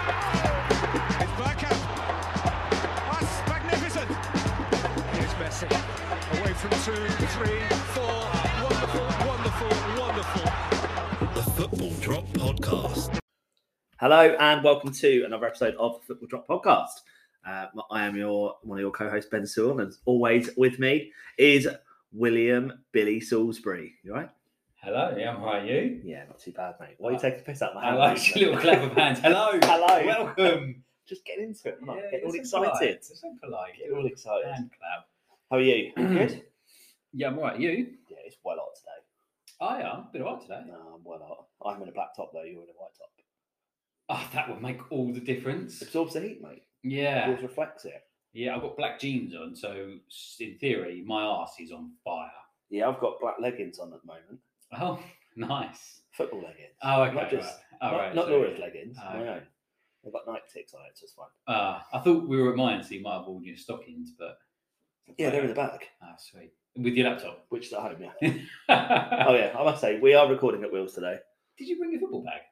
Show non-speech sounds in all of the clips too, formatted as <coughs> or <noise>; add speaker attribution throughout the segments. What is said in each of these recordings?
Speaker 1: It's Bergkamp. That's magnificent. Here's Messi. Away from two, three, four. Wonderful, wonderful, wonderful. The Football Drop Podcast.
Speaker 2: Hello and welcome to another episode of the Football Drop Podcast. Uh, I am your one of your co-hosts, Ben Sewell, and as always with me is William Billy Salisbury. You all right?
Speaker 3: Hello, yeah, how are you?
Speaker 2: Yeah, not too bad, mate. Why are you
Speaker 3: Uh,
Speaker 2: taking the piss out of my
Speaker 3: I
Speaker 2: hand?
Speaker 3: like your <laughs> little clap of hands. Hello,
Speaker 2: <laughs> Hello.
Speaker 3: welcome.
Speaker 2: <laughs> Just get into it, man.
Speaker 3: Yeah,
Speaker 2: get all
Speaker 3: it's all right.
Speaker 2: excited.
Speaker 3: It's all polite.
Speaker 2: Get all excited.
Speaker 3: Hand clap.
Speaker 2: How are
Speaker 3: <clears throat>
Speaker 2: you? You Good.
Speaker 3: Yeah, I'm all right. You?
Speaker 2: Yeah, it's well hot today.
Speaker 3: I am. Been all right today.
Speaker 2: No, I'm well hot. I'm in a black top though. You're in a white top.
Speaker 3: Oh, that would make all the difference.
Speaker 2: Absorbs the heat, mate.
Speaker 3: <laughs> Yeah,
Speaker 2: Yours reflects it.
Speaker 3: yeah. I've got black jeans on, so s- in theory, my arse is on fire. <laughs>
Speaker 2: Yeah, I've got black leggings on at the moment.
Speaker 3: Oh, nice.
Speaker 2: Football leggings.
Speaker 3: Oh, okay.
Speaker 2: Not just. not
Speaker 3: all right. All right,
Speaker 2: not
Speaker 3: so-
Speaker 2: Laura's leggings.
Speaker 3: Oh,
Speaker 2: my
Speaker 3: okay.
Speaker 2: own. I've got night ticks on it, so it's fine.
Speaker 3: Ah, I thought we were at mine, so you might have worn your stockings, but
Speaker 2: Yeah, they're in the bag,
Speaker 3: Ah, sweet. With your laptop.
Speaker 2: Um,
Speaker 3: <laughs>
Speaker 2: which is at home, yeah.
Speaker 3: oh
Speaker 2: oh yeah, I must say we are recording at Wheels today.
Speaker 3: Did you bring your football bag?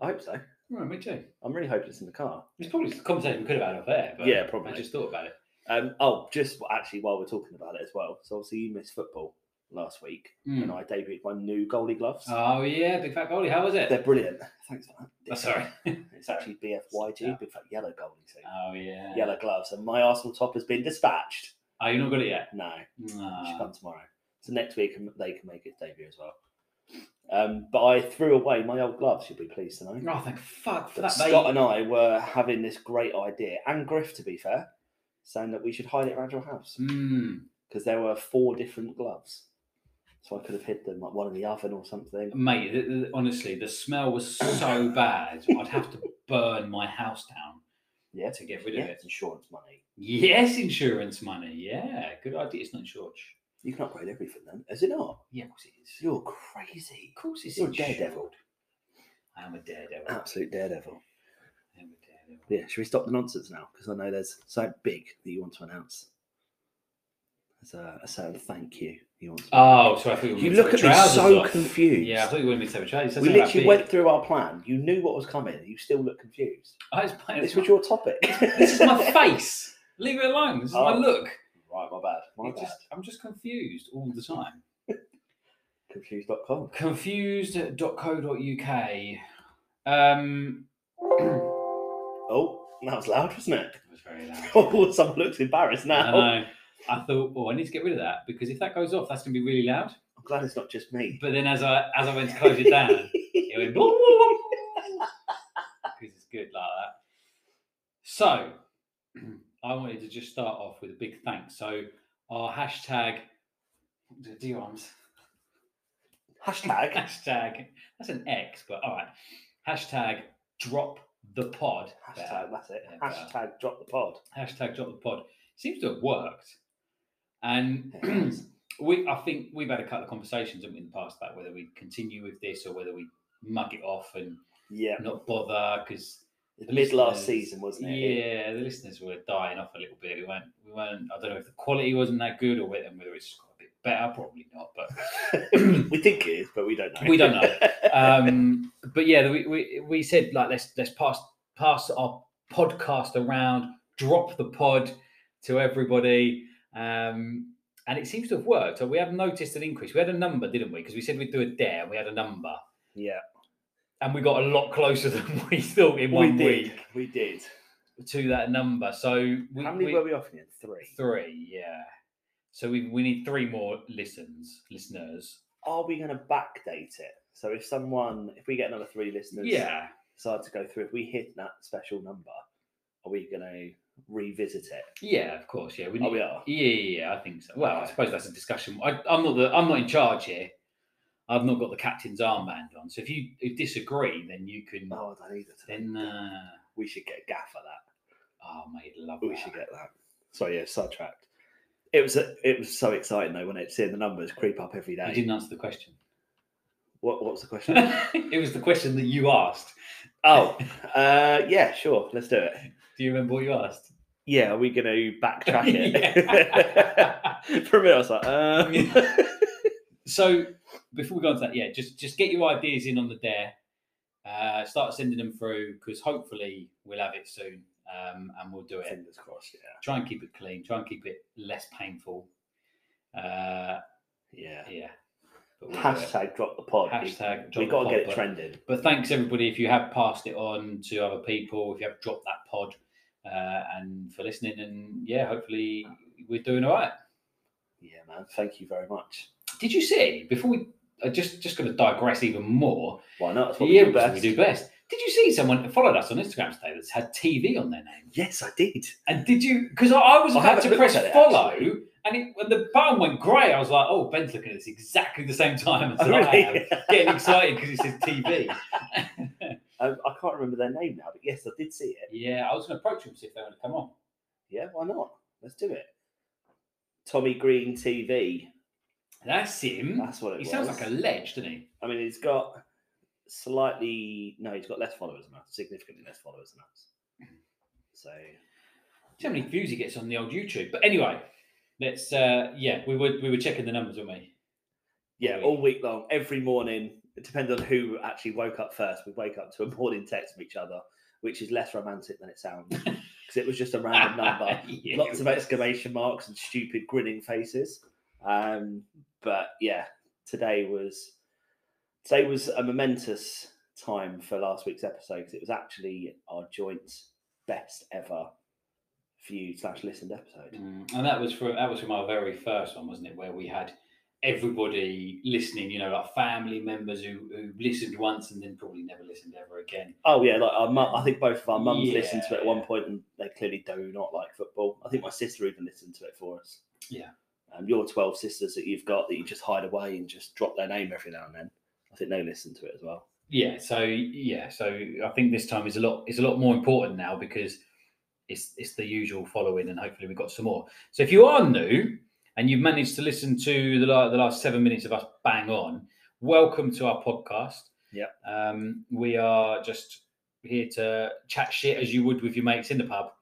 Speaker 2: I hope so.
Speaker 3: Right, me too.
Speaker 2: I'm really hoping it's in the car.
Speaker 3: It's probably a conversation we could have had off air, but
Speaker 2: Yeah, probably.
Speaker 3: I just thought about it.
Speaker 2: Um, oh, just actually while we're talking about it as well. So obviously you missed football last week,
Speaker 3: Mm.
Speaker 2: and I debuted my new goalie gloves.
Speaker 3: Oh yeah, big fat goalie. How was
Speaker 2: They're
Speaker 3: it?
Speaker 2: brilliant. Thanks for that.
Speaker 3: Oh, sorry.
Speaker 2: It's actually BFYG,
Speaker 3: Yeah.
Speaker 2: big fat yellow goalie suit,
Speaker 3: Oh yeah.
Speaker 2: yellow gloves, and my Arsenal top has been dispatched.
Speaker 3: Oh, you not got it yet.
Speaker 2: No, it should
Speaker 3: Nah.
Speaker 2: come tomorrow. So next week um, they can make its debut as well. Um, but I threw away my old gloves. You'll be pleased to know.
Speaker 3: Oh, thank fuck for
Speaker 2: But
Speaker 3: that.
Speaker 2: Scott
Speaker 3: mate.
Speaker 2: and I were having this great idea, and Griff, to be fair, saying that we should hide it around your house
Speaker 3: Mm,
Speaker 2: because there were four different gloves, so I could have hid them like one in the oven or something.
Speaker 3: mate, th- th- honestly, the smell
Speaker 2: <coughs>
Speaker 3: was so bad. I'd have to burn my house down.
Speaker 2: Yeah,
Speaker 3: to get rid of
Speaker 2: yeah,
Speaker 3: it.
Speaker 2: it's insurance money.
Speaker 3: Yes, insurance money. Yeah, good idea. It's not insured.
Speaker 2: You can upgrade everything then, is it not?
Speaker 3: Yeah, of course it is.
Speaker 2: You're crazy.
Speaker 3: Of course it's
Speaker 2: You're a
Speaker 3: insured.
Speaker 2: daredevil.
Speaker 3: I am a daredevil.
Speaker 2: Absolute daredevil.
Speaker 3: I am a daredevil.
Speaker 2: Yeah, should we stop the nonsense now? Because I know there's something big that you want to announce. There's a, a certain thank you you want to.
Speaker 3: Oh, so I thought you, were
Speaker 2: You
Speaker 3: gonna
Speaker 2: look
Speaker 3: take
Speaker 2: at me
Speaker 3: trousers
Speaker 2: so
Speaker 3: off.
Speaker 2: confused.
Speaker 3: Yeah, I thought you wanted me to have a trousers.
Speaker 2: we literally went through our plan. You knew what was coming. You still look confused. This was your topic.
Speaker 3: <laughs> this
Speaker 2: <laughs>
Speaker 3: is my face. Leave it alone. This is my
Speaker 2: Oh,
Speaker 3: look.
Speaker 2: Right, my bad. My
Speaker 3: It
Speaker 2: bad.
Speaker 3: just- I'm just confused all the time.
Speaker 2: Confused.com.
Speaker 3: Confused.co.uk. Um,
Speaker 2: Oh, that was loud, wasn't it?
Speaker 3: that was very loud.
Speaker 2: <laughs> Oh, someone looks embarrassed
Speaker 3: I
Speaker 2: now.
Speaker 3: know. I thought, oh, I need to get rid of that because if that goes off, that's going to be really loud.
Speaker 2: I'm glad it's not just me.
Speaker 3: But then as I as I went to close it down, it went because it's good like that. So <clears throat> I wanted to just start off with a big thanks. So our hashtag, do your <laughs> arms.
Speaker 2: Hashtag.
Speaker 3: <laughs> Hashtag. That's an X, but all right. Hashtag drop the pod.
Speaker 2: Hashtag, that's it.
Speaker 3: Yeah, better.
Speaker 2: Hashtag drop the pod.
Speaker 3: hashtag drop the pod seems to have worked <clears throat> and we i think we've had a couple of conversations haven't we, in the past about whether we continue with this or whether we mug it off and
Speaker 2: Yeah.
Speaker 3: not bother because
Speaker 2: It was mid last season, wasn't it? It-
Speaker 3: yeah the listeners were dying off a little bit we weren't we weren't i don't know if the quality wasn't that good or whether, whether it's got a bit better probably not but
Speaker 2: <laughs> we think it is, but we don't know.
Speaker 3: We don't know. um, but yeah, we, we we said like let's let's pass pass our podcast around, drop the pod to everybody, um, and it seems to have worked. So we have noticed an increase. We had a number, didn't we? Because we said we'd do a dare. We had a number,
Speaker 2: <laughs> yeah.
Speaker 3: and we got a lot closer <laughs> than we thought in
Speaker 2: We
Speaker 3: one
Speaker 2: did.
Speaker 3: week
Speaker 2: We did.
Speaker 3: to that number. So we,
Speaker 2: How many
Speaker 3: we-
Speaker 2: were we off in? Three.
Speaker 3: Three, yeah. So we we need three more listens, listeners.
Speaker 2: Are we going to backdate it? So if someone, if we get another three listeners,
Speaker 3: Yeah.
Speaker 2: decide to go through, if we hit that special number, are we going to revisit it?
Speaker 3: Yeah, of course. Yeah, we
Speaker 2: Oh,
Speaker 3: need-
Speaker 2: we are?
Speaker 3: Yeah, yeah, yeah, I think so. Well, I suppose that's a discussion. I, I'm not the. I'm not in charge here. I've not got the captain's armband on. So if you if disagree, then you can.
Speaker 2: No, Oh, I don't either.
Speaker 3: Then uh,
Speaker 2: we should get a gaff for that.
Speaker 3: oh mate, love
Speaker 2: We
Speaker 3: that.
Speaker 2: should get that. Sorry, yeah, sidetracked. It was a, it was so exciting though when it seeing the numbers creep up every
Speaker 3: You
Speaker 2: day.
Speaker 3: didn't answer the question. <laughs>
Speaker 2: What, what was the question?
Speaker 3: it was the question that you asked.
Speaker 2: oh, uh, yeah, sure, let's do it.
Speaker 3: Do you remember what you asked?
Speaker 2: Yeah, are we going to backtrack it?
Speaker 3: <laughs> Yeah.
Speaker 2: <laughs> For a minute, I was like, um,
Speaker 3: so before we go on to that, yeah, just just get your ideas in on the dare. Uh, start sending them through because hopefully we'll have it soon, um, and we'll do it.
Speaker 2: fingers crossed. Yeah,
Speaker 3: try and keep it clean, try and keep it less painful. Uh,
Speaker 2: yeah.
Speaker 3: yeah. But we'll do it.
Speaker 2: Hashtag drop the pod.
Speaker 3: Hashtag drop
Speaker 2: we
Speaker 3: the
Speaker 2: got to
Speaker 3: pod,
Speaker 2: get it
Speaker 3: but-
Speaker 2: trending.
Speaker 3: But thanks everybody if you have passed it on to other people, if you have dropped that pod, uh, and for listening. And yeah, hopefully we're doing all right.
Speaker 2: Yeah, man. Thank you very much.
Speaker 3: Did you see before we? I just just going to digress even more.
Speaker 2: Why not? That's what
Speaker 3: Yeah,
Speaker 2: we do
Speaker 3: because
Speaker 2: best.
Speaker 3: we do best. Did you see someone that followed us on Instagram today that's had TV on their name?
Speaker 2: Yes, I did.
Speaker 3: And did you? Because I, I was
Speaker 2: I
Speaker 3: about
Speaker 2: haven't
Speaker 3: to
Speaker 2: looked
Speaker 3: press
Speaker 2: at it,
Speaker 3: follow,
Speaker 2: actually.
Speaker 3: and it, when the button went grey, I was like, "Oh, Ben's looking at this exactly the same time as
Speaker 2: Oh,
Speaker 3: I
Speaker 2: really?
Speaker 3: am, getting excited because it says TV."
Speaker 2: Um, I can't remember their name now, but yes, I did see it.
Speaker 3: <laughs> yeah, I was going to approach him see if they want to come on.
Speaker 2: Yeah, why not? Let's do it. Tommy Green TV.
Speaker 3: That's him.
Speaker 2: That's what it
Speaker 3: he sounds
Speaker 2: was.
Speaker 3: like a ledge, doesn't he?
Speaker 2: I mean, he's got slightly no, he's got less followers than us, significantly less followers than us. So
Speaker 3: See how many views he gets on the old YouTube. But anyway, let's. Uh, yeah, we were we were checking the numbers, weren't we?
Speaker 2: yeah, all week long, every morning, it depends on who actually woke up first. We wake up to a morning text from each other, which is less romantic than it sounds because it was just a
Speaker 3: <laughs>
Speaker 2: random number.
Speaker 3: Yeah.
Speaker 2: lots of exclamation marks and stupid grinning faces. Um, but yeah, today was today was a momentous time for last week's episode because it was actually our joint best ever viewed slash listened episode.
Speaker 3: Mm, and that was from that was from our very first one, wasn't it? Where we had everybody listening, you know, like family members who, who listened once and then probably never listened ever again.
Speaker 2: Oh yeah, like our mum, I think both of our mums
Speaker 3: Yeah.
Speaker 2: listened to it at one point, and they clearly do not like football. I think my sister even listened to it for us.
Speaker 3: Yeah.
Speaker 2: um, your twelve sisters that you've got that you just hide away and just drop their name every now and then. I think they listened to it as well.
Speaker 3: Yeah, so yeah, so I think this time is a lot is a lot more important now because it's it's the usual following, and hopefully we got some more. So if you are new and you've managed to listen to the la- the last seven minutes of us bang on, welcome to our podcast.
Speaker 2: Yep.
Speaker 3: um, we are just here to chat shit as you would with your mates in the pub,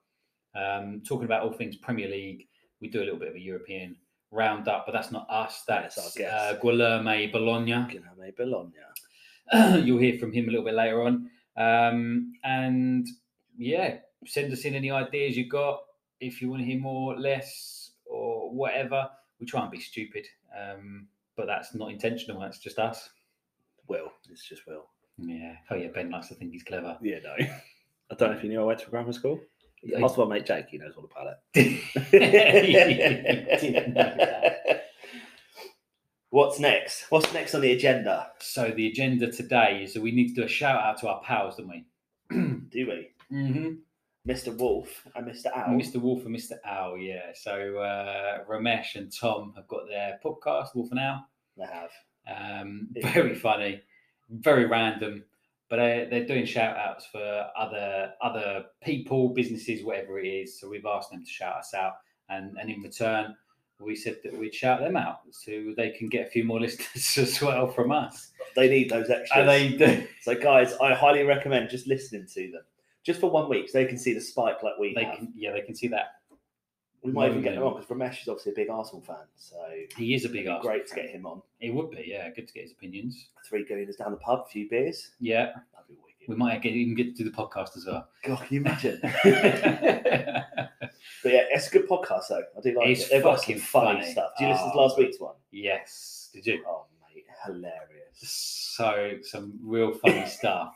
Speaker 3: um, talking about all things Premier League. We do a little bit of a European roundup, but that's not us.
Speaker 2: That's
Speaker 3: That's
Speaker 2: our
Speaker 3: uh,
Speaker 2: guest.
Speaker 3: Guilherme Bologna.
Speaker 2: You know, maybe Bologna.
Speaker 3: <clears throat> You'll hear from him a little bit later on. Um, and yeah, send us in any ideas you got. If you want to hear more, less, or whatever, we try and be stupid, um, but that's not intentional. That's just us.
Speaker 2: Will. It's just Will.
Speaker 3: Yeah. Oh yeah, Ben likes to think he's clever.
Speaker 2: Yeah, no. I don't know if you knew I went to grammar school.
Speaker 3: Yeah,
Speaker 2: That's my mate Jake. He knows all about
Speaker 3: <laughs> didn't know
Speaker 2: it.
Speaker 3: that.
Speaker 2: What's next? What's next on the agenda?
Speaker 3: So the agenda today is that we need to do a shout out to our pals, don't we?
Speaker 2: Do we?
Speaker 3: Mm-hmm.
Speaker 2: Mr. Wolf and Mr. Owl.
Speaker 3: Mr. Wolf and Mr. Owl, yeah. So uh, Ramesh and Tom have got their podcast, Wolf and Owl.
Speaker 2: They have.
Speaker 3: Um,
Speaker 2: Yeah.
Speaker 3: very funny, very random, but they're, they're doing shout outs for other other people, businesses, whatever it is. So we've asked them to shout us out, and and in return, we said that we'd shout them out so they can get a few more <laughs> listeners as well from us.
Speaker 2: They need those extras.
Speaker 3: And they do.
Speaker 2: So, guys, I highly recommend just listening to them just for one week so they can see the spike like we
Speaker 3: They
Speaker 2: have.
Speaker 3: can, yeah, they can see that
Speaker 2: we might even get them on because
Speaker 3: Minimum.
Speaker 2: Ramesh is obviously a big Arsenal fan. So,
Speaker 3: he is a big. Arsenal
Speaker 2: great to
Speaker 3: fan.
Speaker 2: get him on.
Speaker 3: It would be, yeah, good to get his opinions.
Speaker 2: Three guineas down the pub, a few beers.
Speaker 3: Yeah,
Speaker 2: That'd be wicked.
Speaker 3: we might get, even get to do the podcast as well.
Speaker 2: God, can you
Speaker 3: <laughs>
Speaker 2: imagine?
Speaker 3: yes,
Speaker 2: but yeah, it's a good podcast though. I do like
Speaker 3: It's
Speaker 2: it. They've got
Speaker 3: fucking
Speaker 2: some funny,
Speaker 3: funny.
Speaker 2: stuff. Do you listen to
Speaker 3: Oh.
Speaker 2: last week's one?
Speaker 3: did you?
Speaker 2: Oh mate, hilarious.
Speaker 3: So some real
Speaker 2: <laughs>
Speaker 3: funny stuff.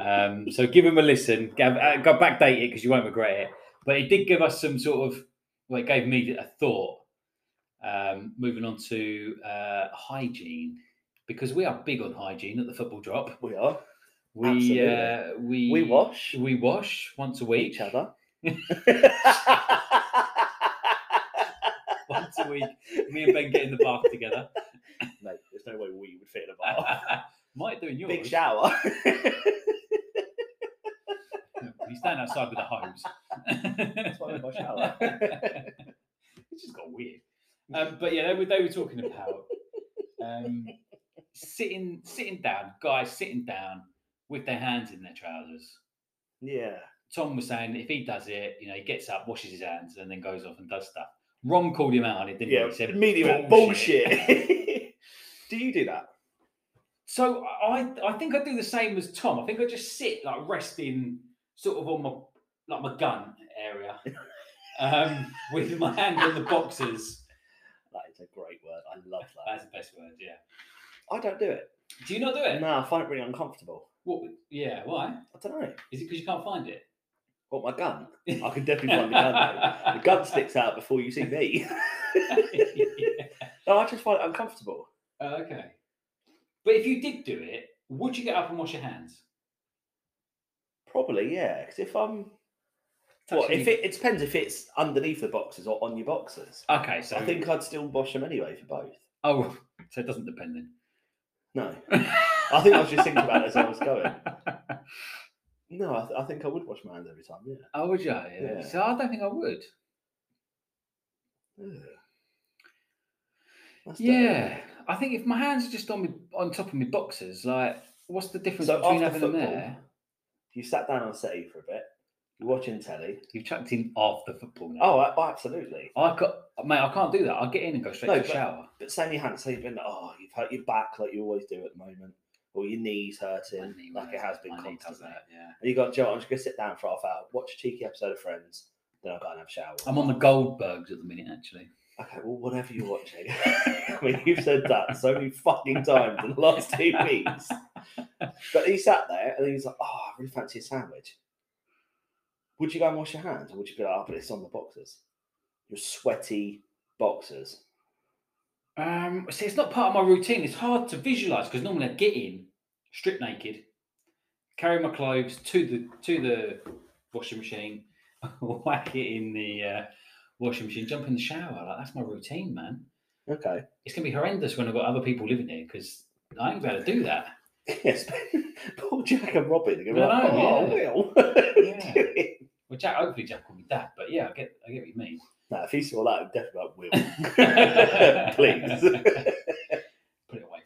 Speaker 3: Um, so give him a listen. Go, uh, go backdate it because you won't regret it. But it did give us some sort of. Well, it gave me a thought. Um, moving on to uh, hygiene because we are big on hygiene at the football drop.
Speaker 2: We are.
Speaker 3: We uh, we
Speaker 2: We wash.
Speaker 3: we wash once a week.
Speaker 2: Each other.
Speaker 3: <laughs> once a week. Me and Ben get in the bath
Speaker 2: <laughs>
Speaker 3: together. <laughs>
Speaker 2: Mate, there's no way we would fit in a bar. <laughs>
Speaker 3: Might do in yours.
Speaker 2: Big shower. <laughs>
Speaker 3: You stand outside with a hose. That's
Speaker 2: why I'm in my
Speaker 3: <laughs>
Speaker 2: shower.
Speaker 3: it just got weird. Um, but yeah, they were, they were talking about um, sitting sitting down, guys sitting down with their hands in their trousers.
Speaker 2: yeah.
Speaker 3: Tom was saying if he does it, you know, he gets up, washes his hands, and then goes off and does stuff. Ron called him out on it, didn't
Speaker 2: Yeah.
Speaker 3: he? He said,
Speaker 2: Immediate bullshit. <laughs> do you do that?
Speaker 3: So I I think I do the same as Tom. I think I just sit like resting sort of on my like my gun <laughs> area. Um, with my hand on the boxes.
Speaker 2: That is a great word. I love
Speaker 3: That's
Speaker 2: that.
Speaker 3: the best word, yeah.
Speaker 2: I don't do it.
Speaker 3: Do you not do it?
Speaker 2: No, I find it really uncomfortable.
Speaker 3: What, yeah, why?
Speaker 2: I don't know.
Speaker 3: Is it because you can't find <laughs> it?
Speaker 2: What my gun? I can definitely find the gun. Though. The
Speaker 3: <laughs>
Speaker 2: gun sticks out before you see me. <laughs> no, I just find it uncomfortable.
Speaker 3: Oh, okay. But if you did do it, would you get up and wash your hands?
Speaker 2: Probably, yeah. Because if I'm, well,
Speaker 3: Touching
Speaker 2: if
Speaker 3: your-
Speaker 2: it, it depends if it's underneath the boxes or on your boxes.
Speaker 3: Okay, so
Speaker 2: I think I'd still wash them anyway for both.
Speaker 3: Oh so it doesn't depend then.
Speaker 2: No, I think I was just thinking about it as I was going. No, I, th- I think I would wash my hands every time. Yeah.
Speaker 3: Oh would you? Yeah.
Speaker 2: Yeah.
Speaker 3: So I don't think I would.
Speaker 2: Ugh. That's dirty.
Speaker 3: Yeah, I think if my hands are just on me on top of my boxes, like what's the difference
Speaker 2: So
Speaker 3: between
Speaker 2: after
Speaker 3: having them
Speaker 2: football-
Speaker 3: there?
Speaker 2: You sat down on City for a bit. You're watching telly.
Speaker 3: You've chucked in after football now.
Speaker 2: Oh, I, oh, absolutely.
Speaker 3: I got mate, I can't do that. I get in and go straight
Speaker 2: No,
Speaker 3: to the
Speaker 2: but-
Speaker 3: shower.
Speaker 2: But saying you hadn't, say you've been like, oh, you've hurt your back like you always do at the moment, or your knees
Speaker 3: My
Speaker 2: hurting,
Speaker 3: knee
Speaker 2: like it
Speaker 3: works,
Speaker 2: has been
Speaker 3: my knee does
Speaker 2: constantly.
Speaker 3: that, yeah.
Speaker 2: And you got Joe, I'm just gonna sit down for half hour, watch a cheeky episode of Friends, then I'll go and have a shower.
Speaker 3: I'm on the Goldbergs at the minute, actually.
Speaker 2: Okay, well, whatever you're watching. <laughs> I mean, you've said that so many fucking times in the last two weeks. But he sat there and he was like, oh, I really fancy a sandwich. Would you go and wash your hands, or would you be like, oh, but it's on the boxers? Your sweaty boxers.
Speaker 3: Um, see, it's not part of my routine. It's hard to visualize because normally I get in, strip naked, carry my clothes to the to the washing machine, <laughs> whack it in the uh, washing machine, jump in the shower. Like that's my routine, man.
Speaker 2: Okay. <laughs>
Speaker 3: it's gonna be horrendous when I've got other people living here because I ain't going to do that.
Speaker 2: Yes. Paul, Jack, and Robin are going to be
Speaker 3: I
Speaker 2: like, oh,
Speaker 3: know,
Speaker 2: Will. <laughs> what are you
Speaker 3: Yeah.
Speaker 2: doing?"
Speaker 3: Well, Jack, hopefully Jack will be dad, but yeah, I get, I get what you mean.
Speaker 2: No, if he saw that, I'd
Speaker 3: <laughs>
Speaker 2: definitely like, Will. Please. <laughs>
Speaker 3: Put it away.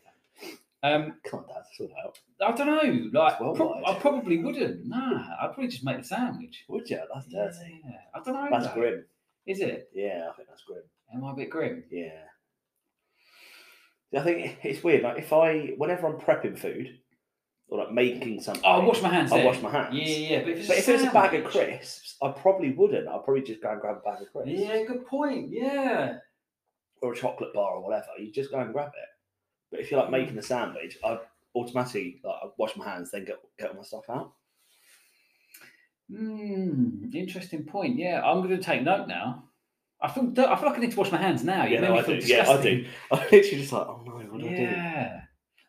Speaker 3: Dad. Um,
Speaker 2: Come on, Dad, sort it out.
Speaker 3: I don't know. Like,
Speaker 2: It's worldwide.
Speaker 3: prob- I probably wouldn't. Nah, I'd probably just make the sandwich.
Speaker 2: Would you? That's dirty.
Speaker 3: Yeah, I don't know.
Speaker 2: That's
Speaker 3: though.
Speaker 2: grim.
Speaker 3: Is it?
Speaker 2: Yeah, I think that's grim.
Speaker 3: Am I a bit grim?
Speaker 2: Yeah. I think it's weird. Like if I, whenever I'm prepping food or like making something,
Speaker 3: Oh, I wash my hands.
Speaker 2: I
Speaker 3: then.
Speaker 2: wash my hands.
Speaker 3: Yeah, yeah. yeah, But if it's,
Speaker 2: But
Speaker 3: a,
Speaker 2: if it was a bag of
Speaker 3: sandwich-
Speaker 2: crisps, I probably wouldn't. I'd probably just go and grab a bag of crisps
Speaker 3: Yeah, good point. Yeah.
Speaker 2: or a chocolate bar or whatever. You just go and grab it. But if you're like making a sandwich, I automatically like I'd wash my hands, then get get all my stuff out.
Speaker 3: Hmm. Interesting point. Yeah, I'm going to take note now. I feel. di- I feel like I need to wash my hands now. You made
Speaker 2: no,
Speaker 3: me
Speaker 2: I
Speaker 3: feel
Speaker 2: do. Yeah, I
Speaker 3: disgusting.
Speaker 2: do. <laughs> I'm literally just like, oh no, what do I do?
Speaker 3: Yeah.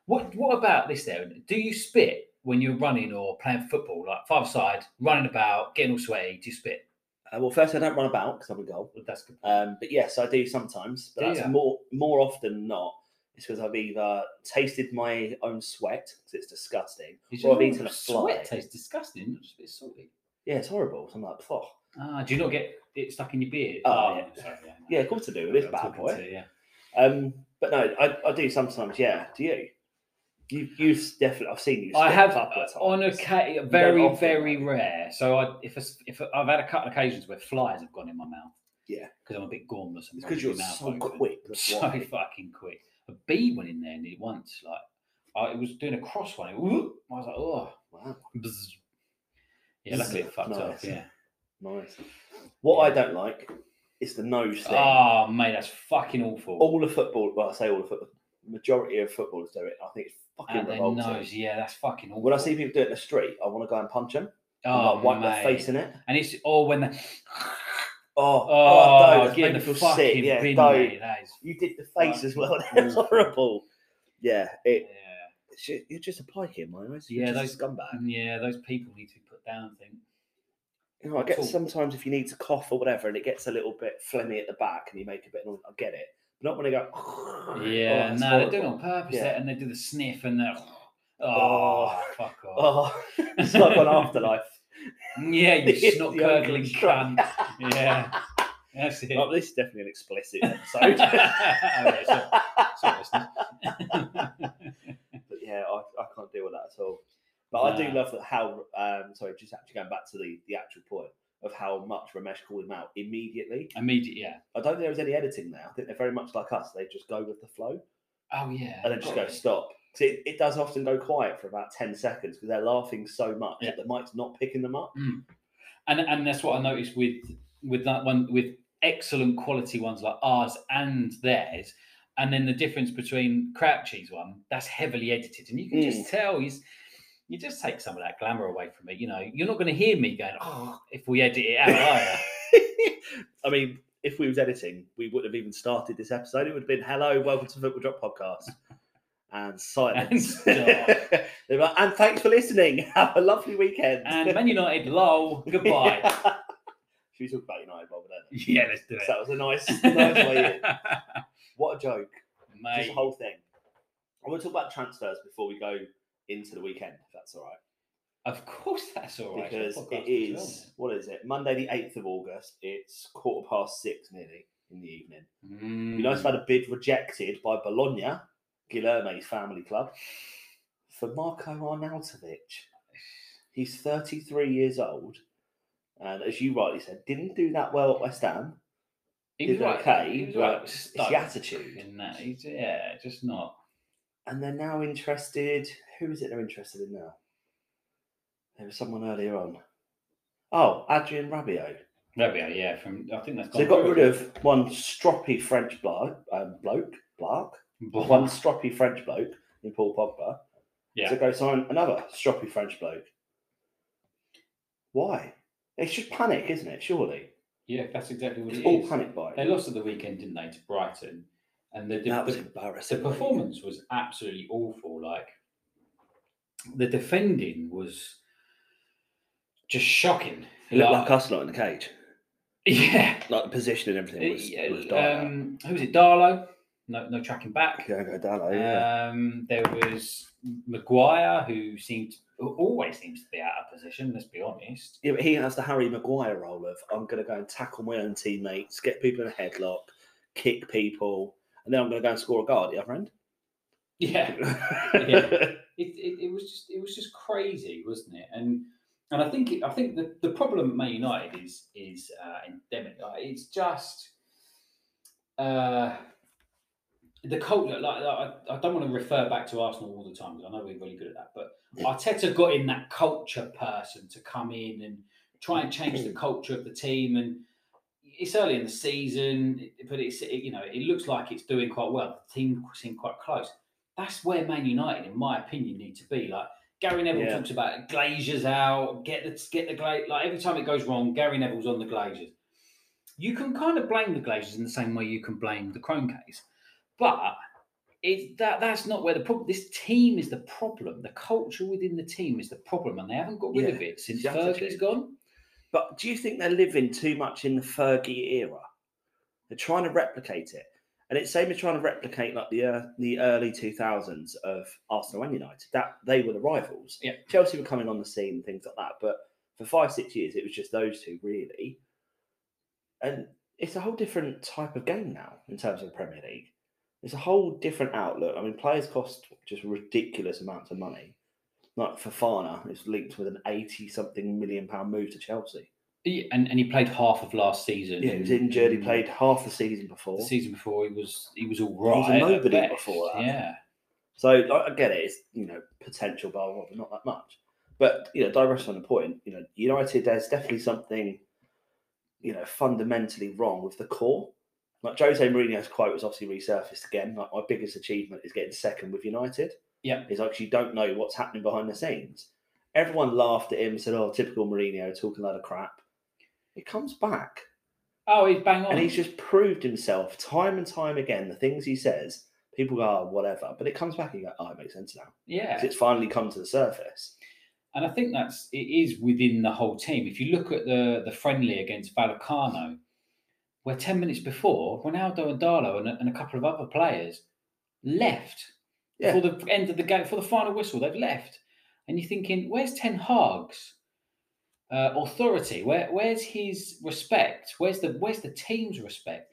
Speaker 3: What What about this though? Do you spit when you're running or playing football, like five side, running about, getting all sweaty? Do you spit?
Speaker 2: Uh, well, first I don't run about because I'm a goal.
Speaker 3: Well, that's good.
Speaker 2: Um, but yes, I do sometimes. But
Speaker 3: Do
Speaker 2: that's
Speaker 3: ya?
Speaker 2: more more often than not. It's because I've either tasted my own sweat because it's disgusting,
Speaker 3: Did you
Speaker 2: or I've
Speaker 3: know
Speaker 2: eaten a fly.
Speaker 3: Sweat tastes disgusting. It's a bit salty.
Speaker 2: Yeah, it's horrible. So I'm like, "Phew."
Speaker 3: Ah, do you not get it stuck in your beard?
Speaker 2: Oh,
Speaker 3: yeah. Sorry, yeah, no.
Speaker 2: Yeah, of course I do. With this
Speaker 3: I'm
Speaker 2: bad
Speaker 3: talking
Speaker 2: boy.
Speaker 3: to you, yeah.
Speaker 2: Um, but no, I, I do sometimes. Yeah, do you? You you've definitely. I've seen you.
Speaker 3: I
Speaker 2: spit
Speaker 3: have
Speaker 2: a couple of
Speaker 3: on
Speaker 2: times.
Speaker 3: occasion,
Speaker 2: don't
Speaker 3: very
Speaker 2: often,
Speaker 3: very
Speaker 2: like.
Speaker 3: rare. So I, if it's- if I've had a couple of occasions where flies have gone in my mouth.
Speaker 2: Yeah.
Speaker 3: because I'm a bit gormless. and
Speaker 2: It's 'cause
Speaker 3: keep my
Speaker 2: you're
Speaker 3: mouth
Speaker 2: so
Speaker 3: open. <laughs>
Speaker 2: quick, that's
Speaker 3: so
Speaker 2: why.
Speaker 3: fucking quick. A bee went in there near once. Like I it was doing a cross one. It, whoop, I was like, oh,
Speaker 2: Wow,
Speaker 3: bzz. yeah. Luckily, it fucked up.
Speaker 2: Nice.
Speaker 3: Yeah.
Speaker 2: nice. What I don't like is the nose thing.
Speaker 3: Oh, mate, that's fucking awful.
Speaker 2: all the football. Well, I say all the football. Majority of footballers do it. I think it's fucking
Speaker 3: and their
Speaker 2: revolting.
Speaker 3: nose, yeah, that's fucking awful.
Speaker 2: When I see people do it in the street, I want to go and punch them.
Speaker 3: oh,
Speaker 2: like, wipe
Speaker 3: mate.
Speaker 2: their face Oh, in it.
Speaker 3: and it's or when they,
Speaker 2: Oh,
Speaker 3: oh,
Speaker 2: those
Speaker 3: get in
Speaker 2: make
Speaker 3: the
Speaker 2: me feel
Speaker 3: fucking
Speaker 2: sick. Yeah,
Speaker 3: bin,
Speaker 2: those.
Speaker 3: mate. That is,
Speaker 2: You did the face as well. <laughs>
Speaker 3: Fucking
Speaker 2: That's
Speaker 3: awful.
Speaker 2: horrible. Yeah,
Speaker 3: yeah,
Speaker 2: it. it's ju- You're just a pike in my eyes. You're
Speaker 3: Yeah,
Speaker 2: just a
Speaker 3: those-
Speaker 2: scumbag.
Speaker 3: Mm, yeah, those people need to be put down. I think.
Speaker 2: You know, Oh, I get
Speaker 3: Cool.
Speaker 2: sometimes if you need to cough or whatever, and it gets a little bit phlegmy at the back, and you make a bit. of- I get it. But not when they go. <sighs>
Speaker 3: Yeah,
Speaker 2: that's
Speaker 3: no, they do it
Speaker 2: horrible.
Speaker 3: on purpose,
Speaker 2: Yeah.
Speaker 3: that, and they do the sniff and the oh,
Speaker 2: Oh. <laughs>
Speaker 3: fuck off.
Speaker 2: Oh, it's like an afterlife.
Speaker 3: Yeah, you
Speaker 2: It's
Speaker 3: snot
Speaker 2: the only <laughs>
Speaker 3: curdling
Speaker 2: construct.
Speaker 3: cunt. Yeah, that's it.
Speaker 2: Well, Oh, this is definitely an
Speaker 3: <laughs>
Speaker 2: explicit
Speaker 3: oh,
Speaker 2: episode.
Speaker 3: yeah, sorry. Sorry, listeners.
Speaker 2: but yeah, I, I can't deal with that at all. But I do
Speaker 3: Nah.
Speaker 2: love that how. Um, sorry, just actually going back to the, the actual point of how much Ramesh called him out immediately.
Speaker 3: <laughs> Immediate, yeah.
Speaker 2: I don't think there was any editing there. I think they're very much like us. They just go with the flow
Speaker 3: Oh yeah.
Speaker 2: and then just go
Speaker 3: gotta be.
Speaker 2: stop. 'Cause It, it does often go quiet for about ten seconds because they're laughing so much that the mic's not picking them up.
Speaker 3: and and that's what I noticed with with that one with excellent quality ones like ours and theirs, and then the difference between Crouchy's one that's heavily edited, and you can
Speaker 2: Mm.
Speaker 3: just tell he's you just take some of that glamour away from it. You know, you're not going to hear me going oh if we edit it out.
Speaker 2: <laughs>
Speaker 3: Are
Speaker 2: I mean, if we was editing, we wouldn't have even started this episode. It would have been "Hello, welcome to Football Drop Podcast." And silence. <laughs>
Speaker 3: stop.
Speaker 2: They're like, and thanks for listening. <laughs> Have a lovely weekend.
Speaker 3: and
Speaker 2: <laughs>
Speaker 3: Man United, lol, goodbye.
Speaker 2: Should we talk about United rather than
Speaker 3: yeah, let's do
Speaker 2: that was a nice,
Speaker 3: <laughs>
Speaker 2: nice way. In.
Speaker 3: it.
Speaker 2: What a joke! Just
Speaker 3: Mate,
Speaker 2: the whole thing. I want to talk about transfers before we go into the weekend. If that's all right,
Speaker 3: of course that's all right.
Speaker 2: because
Speaker 3: it's a
Speaker 2: it
Speaker 3: podcast as well,
Speaker 2: is what is it? Monday the eighth of August. It's quarter past six nearly in the evening.
Speaker 3: isn't it?
Speaker 2: You know, it's
Speaker 3: Mm.
Speaker 2: had a bid rejected by Bologna, Guilherme's family club, for Marco Arnautovic. He's 33 years old. And as you rightly said, didn't do that well at West Ham.
Speaker 3: He
Speaker 2: did okay,
Speaker 3: he was
Speaker 2: but
Speaker 3: right with
Speaker 2: it's
Speaker 3: Stoke
Speaker 2: the attitude.
Speaker 3: and that. He's, yeah, just not.
Speaker 2: And they're now interested. Who is it they're interested in now? There was someone earlier on. Oh, Adrian Rabiot.
Speaker 3: There we are. Yeah, from I think that's
Speaker 2: So they got rid of one stroppy French bloke, um, bloke, Blark, one
Speaker 3: <laughs> once.
Speaker 2: stroppy French bloke in Paul Pogba.
Speaker 3: Yeah,
Speaker 2: to go sign another stroppy French bloke. Why? It's just panic, isn't it? Surely
Speaker 3: yeah, that's exactly what
Speaker 2: it's
Speaker 3: it
Speaker 2: all
Speaker 3: is.
Speaker 2: panic buying.
Speaker 3: They lost at the weekend, didn't they, to Brighton? And the,
Speaker 2: that was
Speaker 3: the,
Speaker 2: embarrassing.
Speaker 3: the performance was absolutely awful. Like the defending was just shocking.
Speaker 2: It looked like us lot in the cage,
Speaker 3: <laughs> Yeah.
Speaker 2: like the position and everything was,
Speaker 3: Yeah,
Speaker 2: was dire.
Speaker 3: um, who was it? Darlow. No, no tracking back.
Speaker 2: Go, go, Dallo, Oh, yeah.
Speaker 3: Um, there was Maguire, who seemed who always seems to be out of position. Let's be honest. <laughs>
Speaker 2: yeah, but he has the Harry Maguire role of I'm going to go and tackle my own teammates, get people in a headlock, kick people, and then I'm going to go and score a goal at the other end.
Speaker 3: Yeah,
Speaker 2: <laughs> yeah.
Speaker 3: it, it, it was just it was just crazy, wasn't it? And and I think it, I think the, the problem at Man United is is uh, endemic. Like, it's just uh, the culture. Like, like, I, I don't want to refer back to Arsenal all the time because I know we're really good at that. But Arteta got in that culture person to come in and try and change the culture of the team and. It's early in the season, but it's it, you know it looks like it's doing quite well. The team seem quite close that's where Man United, in my opinion, need to be. Like Gary Neville
Speaker 2: Yeah.
Speaker 3: talks about glaziers out, get the get the glaze. Like every time it goes wrong, Gary Neville's on the glaziers. You can kind of blame the glaziers in the same way you can blame the Cronkes, but it's that that's not where the problem. This team is the problem. The culture within the team is the problem, and they haven't got rid
Speaker 2: Yeah,
Speaker 3: of it since
Speaker 2: the
Speaker 3: Fergie's
Speaker 2: attitude.
Speaker 3: gone.
Speaker 2: But do you think they're living too much in the Fergie era? They're trying to replicate it. And it's same as trying to replicate like the uh, the early two thousands of Arsenal and United. That they were the rivals.
Speaker 3: Yeah.
Speaker 2: Chelsea were coming on the scene and things like that. But for five six years, it was just those two really. And it's a whole different type of game now in terms of the Premier League. It's a whole different outlook. I mean, players cost just ridiculous amounts of money. Like Fafana is linked with an eighty something million pound move to Chelsea.
Speaker 3: He- and and he played half of last season.
Speaker 2: Yeah, he was injured. He
Speaker 3: Mm.
Speaker 2: played half the season before.
Speaker 3: the season before. He was he was all
Speaker 2: was a
Speaker 3: right. at
Speaker 2: nobody
Speaker 3: best,
Speaker 2: before that.
Speaker 3: Yeah,
Speaker 2: So like, I get it. It's you know potential, blah blah, blah, not that much. But you know, digress on the point. You know, United. There's definitely something you know fundamentally wrong with the core. Like Jose Mourinho's quote was obviously resurfaced again. Like my biggest achievement is getting second with United.
Speaker 3: yeah.
Speaker 2: He's like you don't know what's happening behind the scenes. Everyone laughed at him, said, "Oh, typical Mourinho, talking a lot of crap." He comes back.
Speaker 3: Oh, he's bang on.
Speaker 2: And he's just proved himself time and time again. The things he says, people go, oh, whatever. But it comes back and you go, oh, it makes sense now.
Speaker 3: yeah.
Speaker 2: 'Cause It's finally come to the surface.
Speaker 3: And I think that's it is within the whole team. If you look at the the friendly against Vallecano, where ten minutes before Ronaldo and Darlo and a, and a couple of other players left
Speaker 2: Yeah.
Speaker 3: for the end of the game for the final whistle, they've left, and you're thinking, where's Ten Hag's uh, authority? Where where's his respect? Where's the where's the team's respect?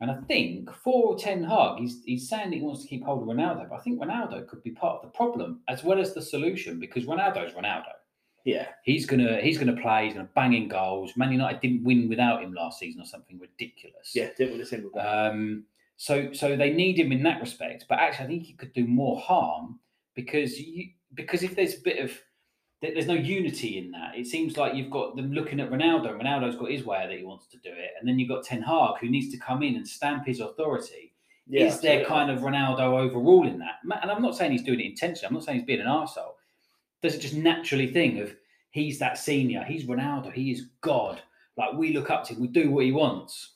Speaker 3: And I think for Ten Hag, he's, he's saying that he wants to keep hold of Ronaldo, but I think Ronaldo could be part of the problem as well as the solution because Ronaldo's Ronaldo.
Speaker 2: yeah.
Speaker 3: He's gonna he's gonna play. He's gonna bang in goals. Man United didn't win without him last season or something ridiculous.
Speaker 2: Yeah. Didn't win a single game.
Speaker 3: Um, so so they need him in that respect, but actually I think he could do more harm because you because if there's a bit of there- there's no unity in that. It seems like you've got them looking at Ronaldo. and Ronaldo's got his way that he wants to do it, and then you've got Ten Hag who needs to come in and stamp his authority.
Speaker 2: yeah.
Speaker 3: is there kind of Ronaldo overruling that? Ma- And I'm not saying he's doing it intentionally. I'm not saying he's being an arsehole. Does it just naturally thing of he's that senior, he's Ronaldo, he is God. Like we look up to him, we do what he wants.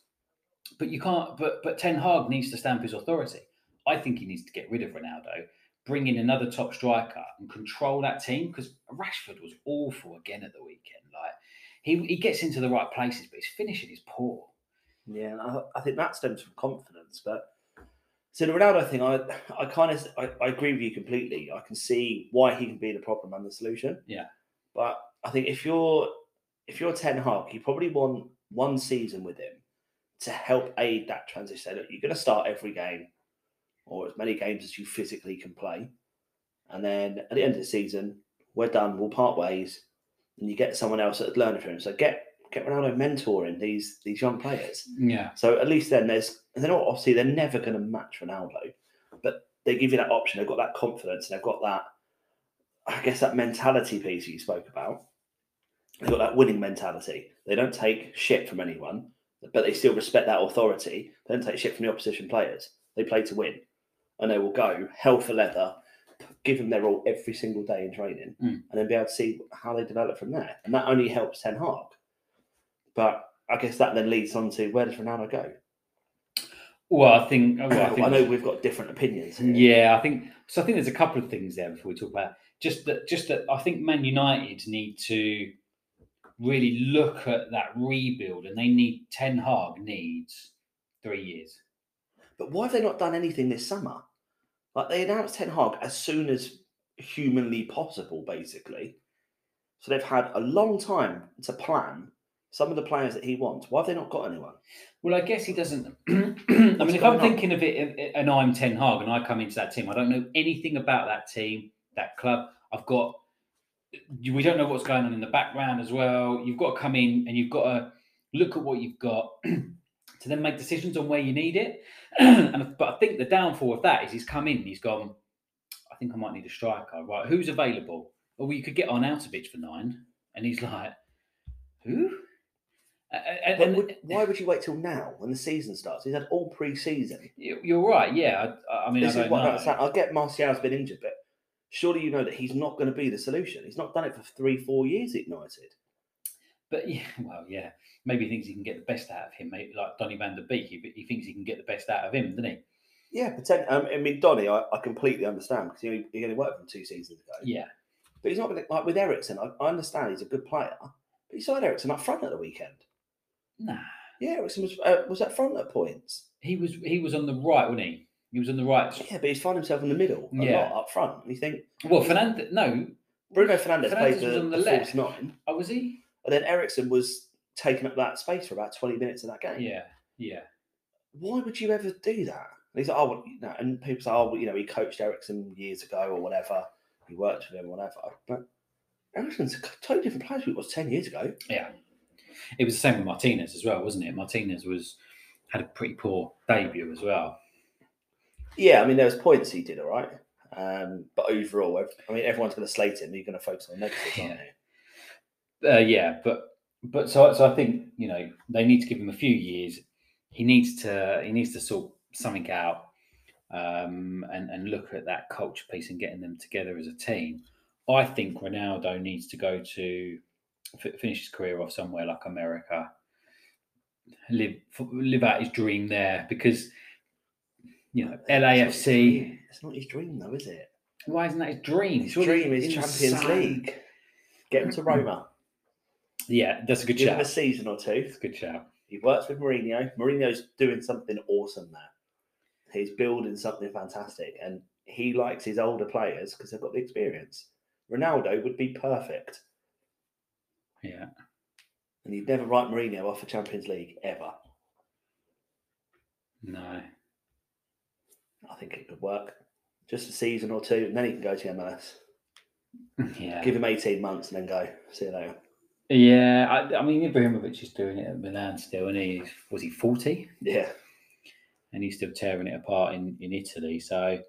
Speaker 3: But you can't. But but Ten Hag needs to stamp his authority. I think he needs to get rid of Ronaldo, bring in another top striker, and control that team because Rashford was awful again at the weekend. Like he he gets into the right places, but his finishing is poor.
Speaker 2: Yeah, and I, I think that stems from confidence. But so the Ronaldo thing, I I kind of I, I agree with you completely. I can see why he can be the problem and the solution.
Speaker 3: Yeah.
Speaker 2: but I think if you're if you're Ten Hag, you probably want one season with him to help aid that transition. Say, look, you're going to start every game or as many games as you physically can play, and then at the end of the season, we're done. We'll part ways, and you get someone else that's learning from him. So get get Ronaldo mentoring these these young players.
Speaker 3: Yeah,
Speaker 2: So at least then there's and they're not obviously they're never going to match Ronaldo, but they give you that option. They've got that confidence and they've got that, I guess that mentality piece you spoke about. They've got that winning mentality. They don't take shit from anyone, but they still respect that authority. They don't take shit from the opposition players. They play to win, and they will go hell for leather, give them their all every single day in training,
Speaker 3: Mm.
Speaker 2: and then be able to see how they develop from there. And that only helps Ten Hag. But I guess that then leads on to where does Ronaldo go?
Speaker 3: well, I think, well, I, think
Speaker 2: I know we've got different opinions. here.
Speaker 3: Yeah, I think so. I think there's a couple of things there before we talk about just that. Just that I think Man United need to really look at that rebuild, and they need Ten Hag needs three years.
Speaker 2: But why have they not done anything this summer? Like they announced Ten Hag as soon as humanly possible, basically. So they've had a long time to plan some of the players that he wants. Why have they not got anyone?
Speaker 3: Well, I guess he doesn't. <clears throat> I mean, if I'm
Speaker 2: going on?
Speaker 3: thinking of it, a- a- and I'm Ten Hag, and I come into that team, I don't know anything about that team, that club. I've got. We don't know what's going on in the background as well. You've got to come in and you've got to look at what you've got <clears throat> to then make decisions on where you need it. <clears throat> and but I think the downfall of that is he's come in and he's gone. I think I might need a striker. Right, who's available? Or well, you could get on Arnautovic for nine, and he's like, who? A- a-
Speaker 2: But would, why would you wait till now when the season starts? He's had all pre-season.
Speaker 3: You- You're right. Yeah. I- I, I mean,
Speaker 2: This is
Speaker 3: I don't
Speaker 2: what
Speaker 3: know.
Speaker 2: that's. I get Martial's been injured, but surely you know that he's not going to be the solution. He's not done it for three, four years at United.
Speaker 3: But yeah, <laughs> well, yeah. Maybe he thinks he can get the best out of him. Maybe like Donny Van der Beek, he, he thinks he can get the best out of him, doesn't he?
Speaker 2: Yeah, pretend, um, I mean Donny, I, I completely understand because he, he only worked with him two seasons ago.
Speaker 3: Yeah.
Speaker 2: But he's not going to, like with Ericsson, I, I understand he's a good player, but he signed Ericsson up front at the weekend.
Speaker 3: Nah.
Speaker 2: Yeah, Ericsson was uh, was at front at points.
Speaker 3: He was he was on the right, wasn't he? He was on the right.
Speaker 2: Yeah, but he's found himself in the middle a
Speaker 3: Yeah.
Speaker 2: lot up front. And you think
Speaker 3: Well, Fernandez. No,
Speaker 2: Bruno Fernandez played
Speaker 3: Fernandes was
Speaker 2: the,
Speaker 3: on
Speaker 2: the,
Speaker 3: the left.
Speaker 2: false nine,
Speaker 3: oh, was he?
Speaker 2: and then Ericsson was taking up that space for about twenty minutes of that game.
Speaker 3: Yeah, yeah.
Speaker 2: why would you ever do that? And he's like, oh, well, you know, and people say, oh, well, you know, he coached Ericsson years ago or whatever. He worked with him, whatever. But Ericsson's a co- totally different player to what he was 10 years ago.
Speaker 3: Yeah. It was the same with Martinez as well, wasn't it? Martinez was had a pretty poor debut as well.
Speaker 2: Yeah, I mean, there was points he did all right. Um, but overall, ev- I mean, everyone's going to slate him. You're going to focus on the negatives, aren't
Speaker 3: Yeah.
Speaker 2: you?
Speaker 3: Uh, yeah, but but so so I think you know they need to give him a few years. He needs to he needs to sort something out um, and and look at that culture piece and getting them together as a team. I think Ronaldo needs to go to f- finish his career off somewhere like America, live f- live out his dream there because you know
Speaker 2: It's not his
Speaker 3: LAFC.
Speaker 2: dream. It's not his dream, though, is it?
Speaker 3: Why isn't that his dream?
Speaker 2: His
Speaker 3: Surely
Speaker 2: dream is
Speaker 3: in the
Speaker 2: Champions
Speaker 3: sun.
Speaker 2: League. Get him to Roma.
Speaker 3: Yeah, that's a good
Speaker 2: Give him a
Speaker 3: shout.
Speaker 2: season or two.
Speaker 3: That's a good shout.
Speaker 2: He works with Mourinho. Mourinho's doing something awesome there. He's building something fantastic, and he likes his older players because they've got the experience. Ronaldo would be perfect,
Speaker 3: Yeah.
Speaker 2: and you'd never write Mourinho off for Champions League ever.
Speaker 3: No. <laughs>
Speaker 2: I think it could work. Just a season or two, and then he can go to MLS.
Speaker 3: Yeah.
Speaker 2: Give him eighteen months, and then go. See you later.
Speaker 3: yeah. I, I mean, Ibrahimovic is doing it at Milan still, and he was he forty,
Speaker 2: Yeah.
Speaker 3: and he's still tearing it apart in in Italy. So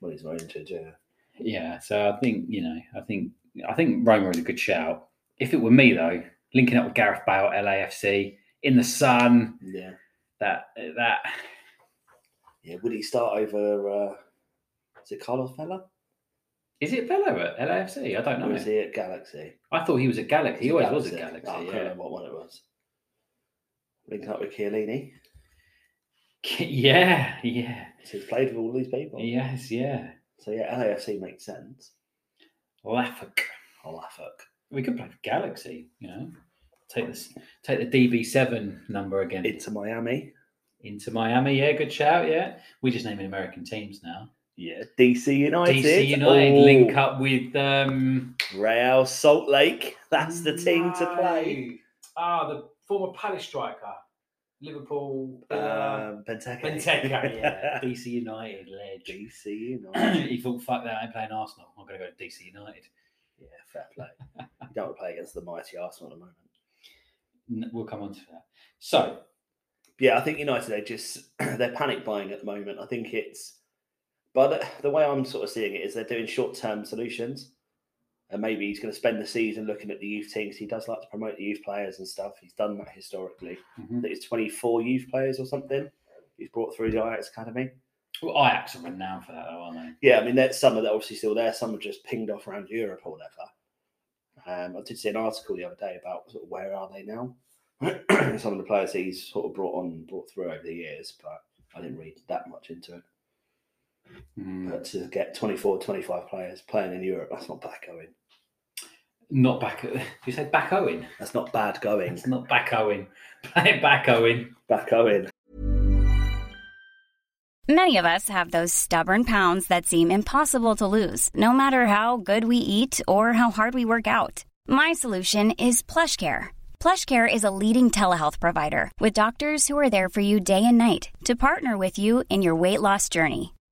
Speaker 2: Well, he's not injured. Yeah.
Speaker 3: yeah. So I think you know, I think I think Roma is a good shout. If it were me though, linking up with Gareth Bale, at LAFC in the sun,
Speaker 2: Yeah.
Speaker 3: that that
Speaker 2: Yeah. Would he start over? Uh, is it Carlos Vela?
Speaker 3: is it Bello at LAFC? I don't
Speaker 2: Or is
Speaker 3: know.
Speaker 2: he at Galaxy?
Speaker 3: I thought he was at Galaxy. He
Speaker 2: Was
Speaker 3: always
Speaker 2: it
Speaker 3: was at Galaxy.
Speaker 2: Oh, I can't
Speaker 3: yeah.
Speaker 2: remember what one it was. Linking up with Chiellini.
Speaker 3: yeah. <laughs> Yeah.
Speaker 2: So he's played with all these people.
Speaker 3: Yes. Yeah.
Speaker 2: So yeah, LAFC makes sense.
Speaker 3: Laffock.
Speaker 2: I'll laugh at.
Speaker 3: We could play for Galaxy, you know. Take this, take the DB seven number again
Speaker 2: Into Miami.
Speaker 3: into Miami. Yeah, good shout. Yeah, we just naming American teams now.
Speaker 2: Yeah. DC United.
Speaker 3: DC United link
Speaker 2: Oh,
Speaker 3: up with um,
Speaker 2: Real Salt Lake. That's the team to play.
Speaker 3: no. Ah, the former Palace striker, Liverpool. Uh,
Speaker 2: Um, Benteke. <laughs>
Speaker 3: Benteke, yeah, DC United ledge.
Speaker 2: DC United.
Speaker 3: <clears throat> <coughs> he thought, fuck that, I'm playing Arsenal. I'm going to go to DC United.
Speaker 2: yeah, fair play. You don't want to play against the mighty Arsenal at the moment.
Speaker 3: N- We'll come on to that. So,
Speaker 2: Yeah, I think United they just <clears throat> they're panic buying at the moment. I think it's, but the way I'm sort of seeing it is they're doing short term solutions, and maybe he's going to spend the season looking at the youth teams. He does like to promote the youth players and stuff. He's done that historically. I
Speaker 3: mhm.
Speaker 2: think it's 24 youth players or something. He's brought through the Ajax academy.
Speaker 3: well, Ajax are renowned for that, though, aren't they?
Speaker 2: Yeah, I mean, there's some are that obviously still there. Some are just pinged off around Europe or whatever. Um, I did see an article the other day about sort of where are they now. <clears throat> some of the players that he's sort of brought on, brought through over the years, but I didn't read that much into it.
Speaker 3: Mm.
Speaker 2: But to get 24, 25 players playing in Europe, that's not bad going.
Speaker 3: Not back. <laughs> You said back Owen.
Speaker 2: That's not bad going. <laughs>
Speaker 3: It's not back Owen. <laughs> Play it back Owen.
Speaker 2: Back going.
Speaker 4: Many of us have those stubborn pounds that seem impossible to lose, no matter how good we eat or how hard we work out. My solution is PlushCare. PlushCare is a leading telehealth provider with doctors who are there for you day and night to partner with you in your weight loss journey.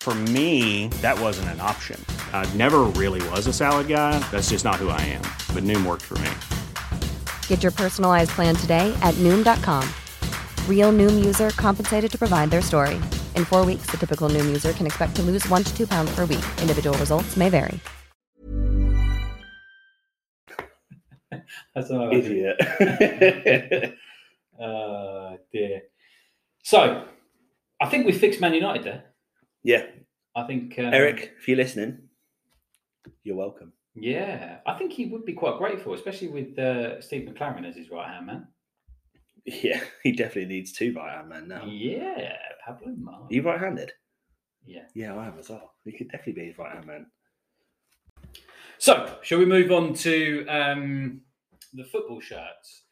Speaker 5: For me, that wasn't an option. I never really was a salad guy. That's just not who I am. But Noom worked for me.
Speaker 6: Get your personalized plan today at Noom.com. Real Noom user compensated to provide their story. In four weeks, the typical Noom user can expect to lose one to two pounds per week. Individual results may vary.
Speaker 3: That's all.
Speaker 2: Idiot. <laughs>
Speaker 3: Oh dear. So, I think we fixed Man United there.
Speaker 2: Yeah,
Speaker 3: I think um,
Speaker 2: Eric, if you're listening, you're welcome. <laughs>
Speaker 3: Yeah, I think he would be quite grateful, especially with uh, Steve McLaren as his right hand man.
Speaker 2: Yeah, he definitely needs two right hand men now.
Speaker 3: Yeah, Pablo Mar.
Speaker 2: Are you right handed?
Speaker 3: Yeah.
Speaker 2: Yeah, I am as well. He could definitely be his right hand man.
Speaker 3: So, shall we move on to um, the football shirts?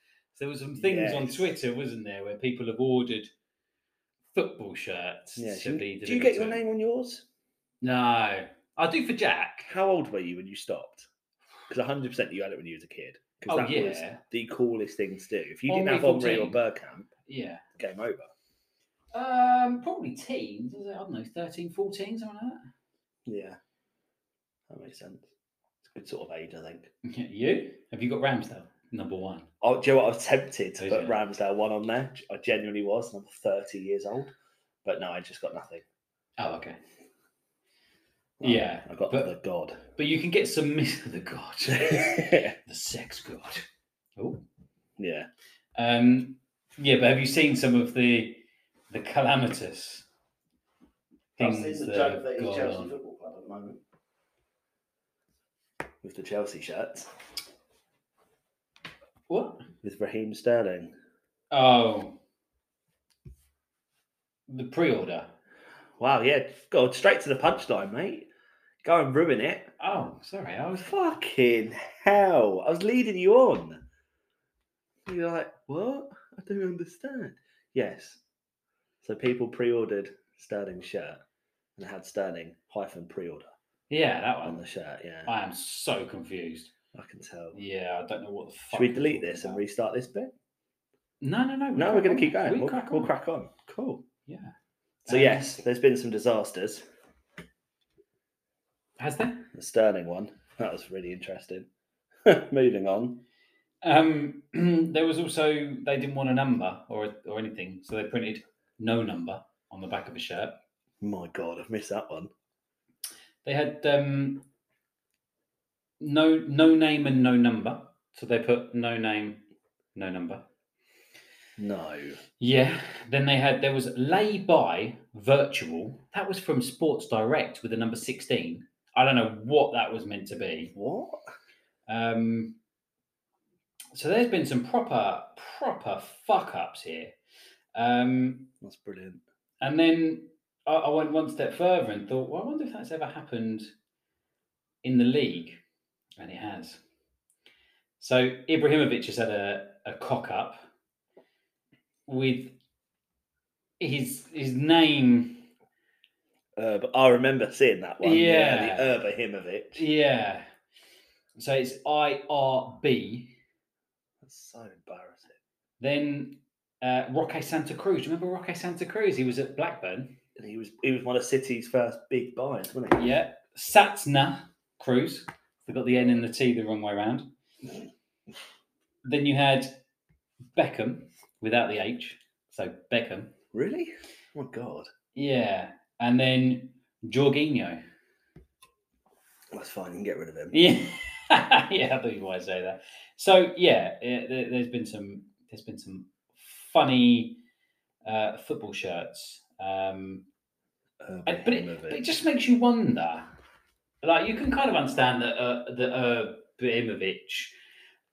Speaker 3: There were some things on
Speaker 2: Yes.
Speaker 3: Twitter, wasn't there, where people have ordered football shirts
Speaker 2: Yeah,
Speaker 3: to
Speaker 2: do,
Speaker 3: be
Speaker 2: you,
Speaker 3: delivered.
Speaker 2: do you get
Speaker 3: to
Speaker 2: your
Speaker 3: them.
Speaker 2: name on yours?
Speaker 3: No, I do for Jack.
Speaker 2: How old were you when you stopped? Because 100% you had it when you was a kid. 'Cause
Speaker 3: Oh,
Speaker 2: that was
Speaker 3: yeah.
Speaker 2: the coolest thing to do. If you
Speaker 3: Henri
Speaker 2: didn't have Omri or
Speaker 3: 14.
Speaker 2: Burkamp,
Speaker 3: Yeah,
Speaker 2: game over.
Speaker 3: um, probably teens. is it? I don't know, 13, 14, something like
Speaker 2: Yeah. That makes sense. It's a good sort of age, I think.
Speaker 3: that. Yeah, you have you got Ramsdale number one?
Speaker 2: Oh, do you know what? I was tempted to
Speaker 3: Who's
Speaker 2: put
Speaker 3: it?
Speaker 2: Ramsdale one on there. I genuinely was, and I'm 30 years old. But no, I just got nothing.
Speaker 3: Oh, okay. Yeah,
Speaker 2: I got
Speaker 3: but-
Speaker 2: the god.
Speaker 3: But you can get some <laughs> mis- the god,
Speaker 2: yeah.
Speaker 3: the sex god. Oh,
Speaker 2: Yeah.
Speaker 3: Um, yeah, but have you seen some of the the calamitous things that have gone on?
Speaker 2: Football Club at the moment. With the Chelsea shirts.
Speaker 3: What?
Speaker 2: With Raheem Sterling.
Speaker 3: Oh, the pre-order.
Speaker 2: Wow, yeah. God, straight to the punchline, mate. Go and ruin it.
Speaker 3: Oh, sorry, I was.
Speaker 2: Fucking hell. I was leading you on. You're like, what? I don't understand. Yes. So people pre ordered Sterling's shirt and had Sterling hyphen pre order
Speaker 3: Yeah, that
Speaker 2: on
Speaker 3: one.
Speaker 2: the shirt. Yeah.
Speaker 3: I am so confused.
Speaker 2: I can tell.
Speaker 3: Yeah, I don't know what the fuck.
Speaker 2: Should we
Speaker 3: we're
Speaker 2: delete
Speaker 3: talking
Speaker 2: this and
Speaker 3: about.
Speaker 2: restart this bit?
Speaker 3: No, no, no. we
Speaker 2: No,
Speaker 3: crack
Speaker 2: we're going
Speaker 3: on.
Speaker 2: to keep going.
Speaker 3: We
Speaker 2: We will
Speaker 3: crack
Speaker 2: crack, we'll
Speaker 3: on.
Speaker 2: crack on. Cool.
Speaker 3: Yeah.
Speaker 2: So,
Speaker 3: Um,
Speaker 2: yes, there's been some disasters.
Speaker 3: has there?
Speaker 2: The Sterling one. That was really interesting. <laughs> Moving on.
Speaker 3: Um, <clears throat> there was also they didn't want a number or or anything, so they printed no number on the back of a shirt.
Speaker 2: My God, I've missed that one.
Speaker 3: They had um, no no name and no number, so they put no name, no number.
Speaker 2: No.
Speaker 3: Yeah. <laughs> Then they had there was lay by virtual. That was from Sports Direct with the number sixteen. I don't know what that was meant to be.
Speaker 2: What?
Speaker 3: Um, so there's been some proper proper fuck ups here. Um,
Speaker 2: That's brilliant.
Speaker 3: And then I, I went one step further and thought, well, I wonder if that's ever happened in the league. And it has. So Ibrahimovic has had a, a cock up with his his name.
Speaker 2: Uh, but I remember seeing that one.
Speaker 3: Yeah.
Speaker 2: the Herb Ahimovic.
Speaker 3: Yeah. So it's IRB.
Speaker 2: That's so embarrassing.
Speaker 3: Then uh, Roque Santa Cruz. Do you remember Roque Santa Cruz? He was at Blackburn.
Speaker 2: And he was he was one of City's first big buys, wasn't he?
Speaker 3: Yeah. Satna Cruz. They got the N and the T the wrong way round. Then you had Beckham without the H. So Beckham.
Speaker 2: Really? Oh my God.
Speaker 3: Yeah. And then Jorginho. <laughs>
Speaker 2: That's fine. You can get rid of him.
Speaker 3: Yeah. yeah, I thought you might say that. So yeah, eh, there, there's been some there's been some funny uh, football shirts. Um,
Speaker 2: Herb
Speaker 3: And- but, it,
Speaker 2: Ahimovic.
Speaker 3: but it just makes you wonder. Like you can kind of understand that uh, that uh, Ibrahimovic,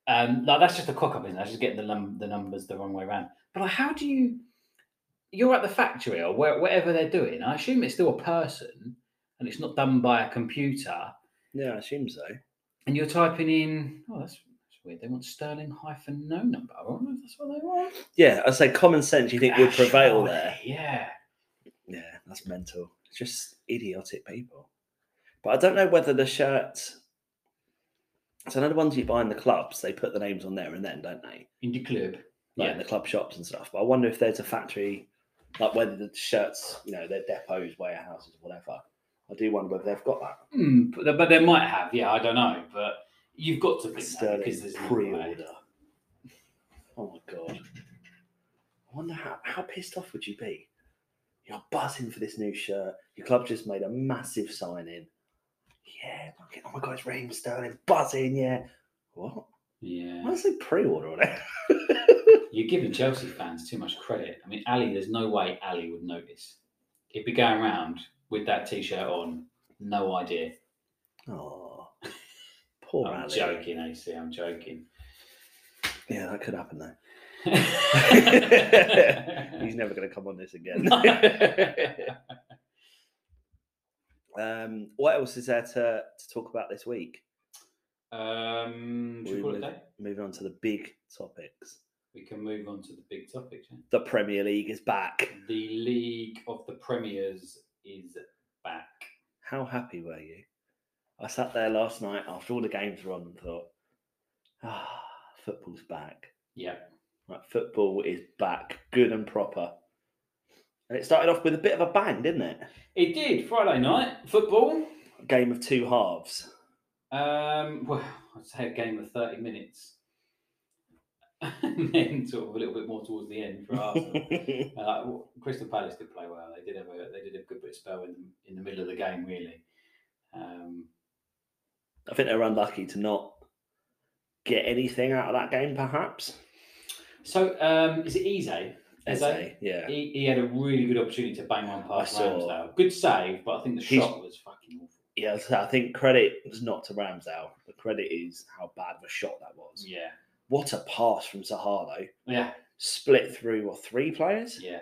Speaker 3: um, like that's just a cock up, isn't it? That's just getting the num- the numbers the wrong way around. But like, how do you? You're at the factory or where, whatever they're doing. I assume it's still a person, and it's not done by a computer.
Speaker 2: yeah, I assume so.
Speaker 3: And you're typing in. Oh, that's, that's weird. They want Sterling hyphen no number. I wonder if that's what they want.
Speaker 2: Yeah, I say common sense. You think
Speaker 3: Ah,
Speaker 2: would prevail
Speaker 3: surely,
Speaker 2: there?
Speaker 3: Yeah.
Speaker 2: Yeah, that's mental. It's just idiotic people. But I don't know whether the shirts. So I know the ones you buy in the clubs, they put the names on there and then, don't they?
Speaker 3: In the club.
Speaker 2: like in the club shops and stuff. But I wonder if there's a factory, like whether the shirts, you know, their depots, warehouses, whatever. I do wonder whether they've got that.
Speaker 3: Hmm, but, they- but they might have. Yeah, I don't know. But you've got to think that
Speaker 2: Sterling
Speaker 3: because there's no way.
Speaker 2: pre-order. Oh my god! I wonder how how pissed off would you be? You're buzzing for this new shirt. Your club just made a massive sign in. Yeah, fucking, oh my god, it's Raheem Sterling buzzing. Yeah, what? Why
Speaker 3: Yeah,
Speaker 2: does it pre-order on it? <laughs>
Speaker 3: you're giving Chelsea fans too much credit. I mean, Ali, there's no way Ali would notice. It'd be going around with that t-shirt on. No idea.
Speaker 2: Oh, poor
Speaker 3: I'm
Speaker 2: Ali.
Speaker 3: joking, AC. I'm joking.
Speaker 2: Yeah, that could happen though. <laughs> He's <laughs>
Speaker 3: He's
Speaker 2: never going to come on this again.
Speaker 3: never.
Speaker 2: <laughs> um, what else is there to, to talk about this week?
Speaker 3: <laughs> um, should
Speaker 2: We
Speaker 3: we call it a
Speaker 2: move-
Speaker 3: day?
Speaker 2: moving on to the big topics.
Speaker 3: We can move on to the big topic. yeah?
Speaker 2: The Premier League is back.
Speaker 3: The League of the Premiers is back.
Speaker 2: How happy were you? I sat there last night after all the games were on and thought, ah, football's back.
Speaker 3: Yeah,
Speaker 2: Like, football is back, good and proper. And it started off with a bit of a bang, didn't it?
Speaker 3: it did. Friday night football.
Speaker 2: A game of two halves.
Speaker 3: Um, well, I'd say a game of 30 minutes. <laughs> and then sort of a little bit more towards the end
Speaker 2: <laughs>
Speaker 3: for Arsenal.
Speaker 2: yeah,
Speaker 3: Uh, like, well, Crystal Palace did play well. They did have a they did have a good bit of spell in the, in the middle of the game, really. Um,
Speaker 2: I think they were unlucky to not get anything out of that game, perhaps.
Speaker 3: so um, is it Eze?
Speaker 2: Eze, yeah.
Speaker 3: He, he had a really good opportunity to bang one past
Speaker 2: I saw-
Speaker 3: Ramsdale. Good save, but I think the
Speaker 2: He's-
Speaker 3: shot was fucking awful.
Speaker 2: Yeah, so I think credit is not to Ramsdale. The credit is how bad of a shot that was.
Speaker 3: Yeah,
Speaker 2: What a pass from Sahalo.
Speaker 3: yeah,
Speaker 2: Split through, what, three players?
Speaker 3: yeah.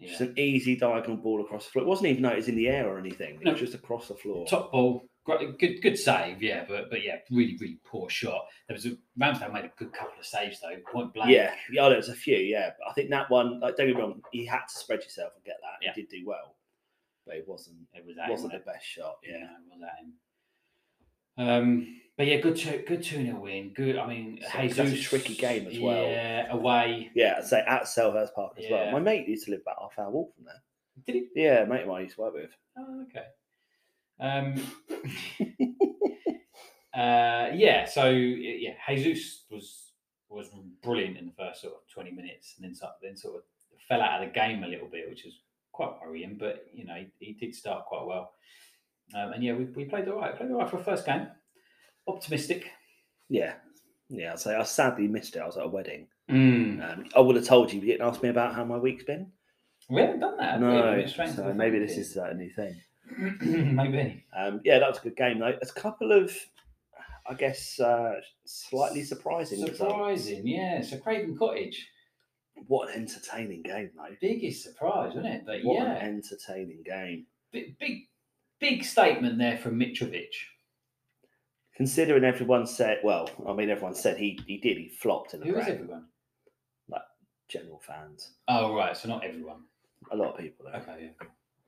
Speaker 2: Just
Speaker 3: yeah.
Speaker 2: an easy diagonal ball across the floor. It wasn't even noticed in the air or anything. It
Speaker 3: No.
Speaker 2: was just across the floor.
Speaker 3: Top ball, gr- good good save, yeah, but but yeah, really really poor shot. There was a Ramsdale made a good couple of saves though, point blank.
Speaker 2: Yeah, yeah, oh, there was a few. Yeah, but I think that one, like, don't get me wrong, you had to spread yourself and get that.
Speaker 3: Yeah.
Speaker 2: You did do well, but it wasn't.
Speaker 3: it was
Speaker 2: It
Speaker 3: that
Speaker 2: wasn't the best shot.
Speaker 3: Yeah,
Speaker 2: Yeah,
Speaker 3: it was at him. Um, but yeah, good two, good two 0 win. Good. I mean,
Speaker 2: So, 'cause
Speaker 3: Jesus,
Speaker 2: that's a tricky game as well.
Speaker 3: Yeah, away.
Speaker 2: yeah. I'd say at Selhurst Park as well.
Speaker 3: Yeah.
Speaker 2: My mate used to live about half hour walk from there.
Speaker 3: Did he?
Speaker 2: Yeah, a mate of mine I used to work with.
Speaker 3: Oh, okay. Um, <laughs> uh, yeah. So yeah, Jesus was was brilliant in the first sort of twenty minutes, and then sort then sort of fell out of the game a little bit, which is quite worrying. But you know, he, he did start quite well. Um, and yeah, we, we played all right. Played all right for a first game. Optimistic.
Speaker 2: Yeah, yeah. I'd say I sadly missed it. I was at a wedding.
Speaker 3: Mm.
Speaker 2: Um, I would have told you, but you didn't ask me about how my week's been.
Speaker 3: We haven't done that. have we? We've
Speaker 2: no,
Speaker 3: been straight into
Speaker 2: so
Speaker 3: the
Speaker 2: maybe
Speaker 3: fun
Speaker 2: this
Speaker 3: bit.
Speaker 2: is uh, a new thing.
Speaker 3: <clears throat> maybe.
Speaker 2: Um, yeah, that was a good game though. There's a couple of, I guess, uh, slightly surprising results.
Speaker 3: Surprising, yeah. So Craven Cottage,
Speaker 2: What an entertaining game though.
Speaker 3: biggest surprise, wasn't it? But
Speaker 2: What
Speaker 3: yeah,
Speaker 2: an entertaining game.
Speaker 3: big, big, big statement there from Mitrovic.
Speaker 2: Considering everyone said, well, I mean, everyone said he, he did, he flopped in the
Speaker 3: Who is
Speaker 2: round.
Speaker 3: everyone?
Speaker 2: General fans.
Speaker 3: Oh right, so not everyone.
Speaker 2: A lot of people. Though.
Speaker 3: Okay,
Speaker 2: <laughs>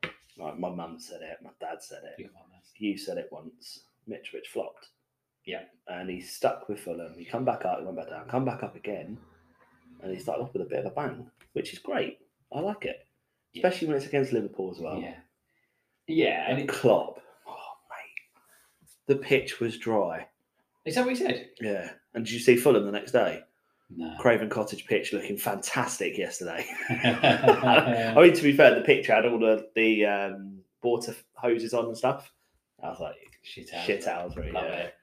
Speaker 3: yeah.
Speaker 2: Like, my mum said it, my dad said it,
Speaker 3: You got that.
Speaker 2: you said it once. Mitrovic flopped.
Speaker 3: Yeah.
Speaker 2: And he stuck with Fulham. He come back up, he went back down, come back up again. And he started off with a bit of a bang, which is great. I like it.
Speaker 3: Yeah.
Speaker 2: Especially when it's against Liverpool as well.
Speaker 3: Yeah, yeah. And
Speaker 2: And
Speaker 3: it,
Speaker 2: Klopp. Oh, mate. The pitch was dry.
Speaker 3: is that what he said?
Speaker 2: Yeah. And did you see Fulham the next day?
Speaker 3: No.
Speaker 2: Craven Cottage pitch looking fantastic yesterday. <laughs> I mean, to be fair, the picture had all the, the um, water hoses on and stuff. I was like,
Speaker 3: Shit out.
Speaker 2: shit out, really.
Speaker 3: Love
Speaker 2: Yeah.
Speaker 3: it.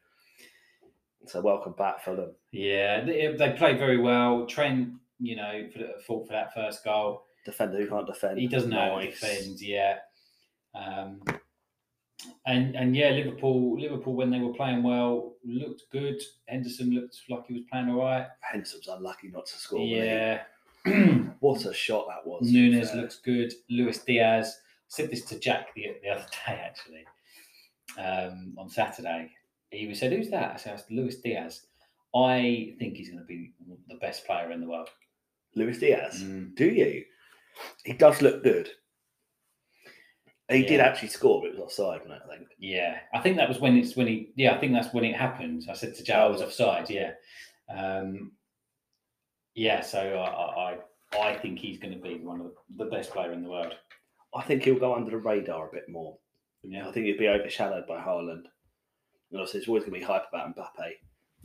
Speaker 2: So welcome back, Fulham.
Speaker 3: Yeah, they, they played very well. Trent, you know, for the, fought for that first goal.
Speaker 2: Defender who can't defend.
Speaker 3: He doesn't know how to
Speaker 2: Nice.
Speaker 3: defend, yeah. Um, and and yeah, Liverpool, Liverpool when they were playing well looked good. Henderson looked like he was playing all right.
Speaker 2: Henson was unlucky not to score. wasn't he?
Speaker 3: yeah,
Speaker 2: <clears throat> What a shot that was. Uh, to be
Speaker 3: Nunes
Speaker 2: fair.
Speaker 3: looks good. Luis Diaz I said this to Jack the, the other day actually um, on Saturday. He was said, "Who's that?" I said, "It's "Luis Diaz." I think he's going to be the best player in the world.
Speaker 2: Luis Diaz.
Speaker 3: Mm.
Speaker 2: Do you? He does look good. He did
Speaker 3: Yeah.
Speaker 2: actually score, but it was offside, wasn't it, I think.
Speaker 3: Yeah, I think that was when it's when he. Yeah, I think that's when it happened. I said to Joe, I was offside. Yeah, um, yeah. So I, I, I I think he's going to be one of the, the best player in the world.
Speaker 2: I think he'll go under the radar a bit more.
Speaker 3: Yeah,
Speaker 2: I think he'd be overshadowed by Haaland. And obviously, it's always going to be hype about Mbappe.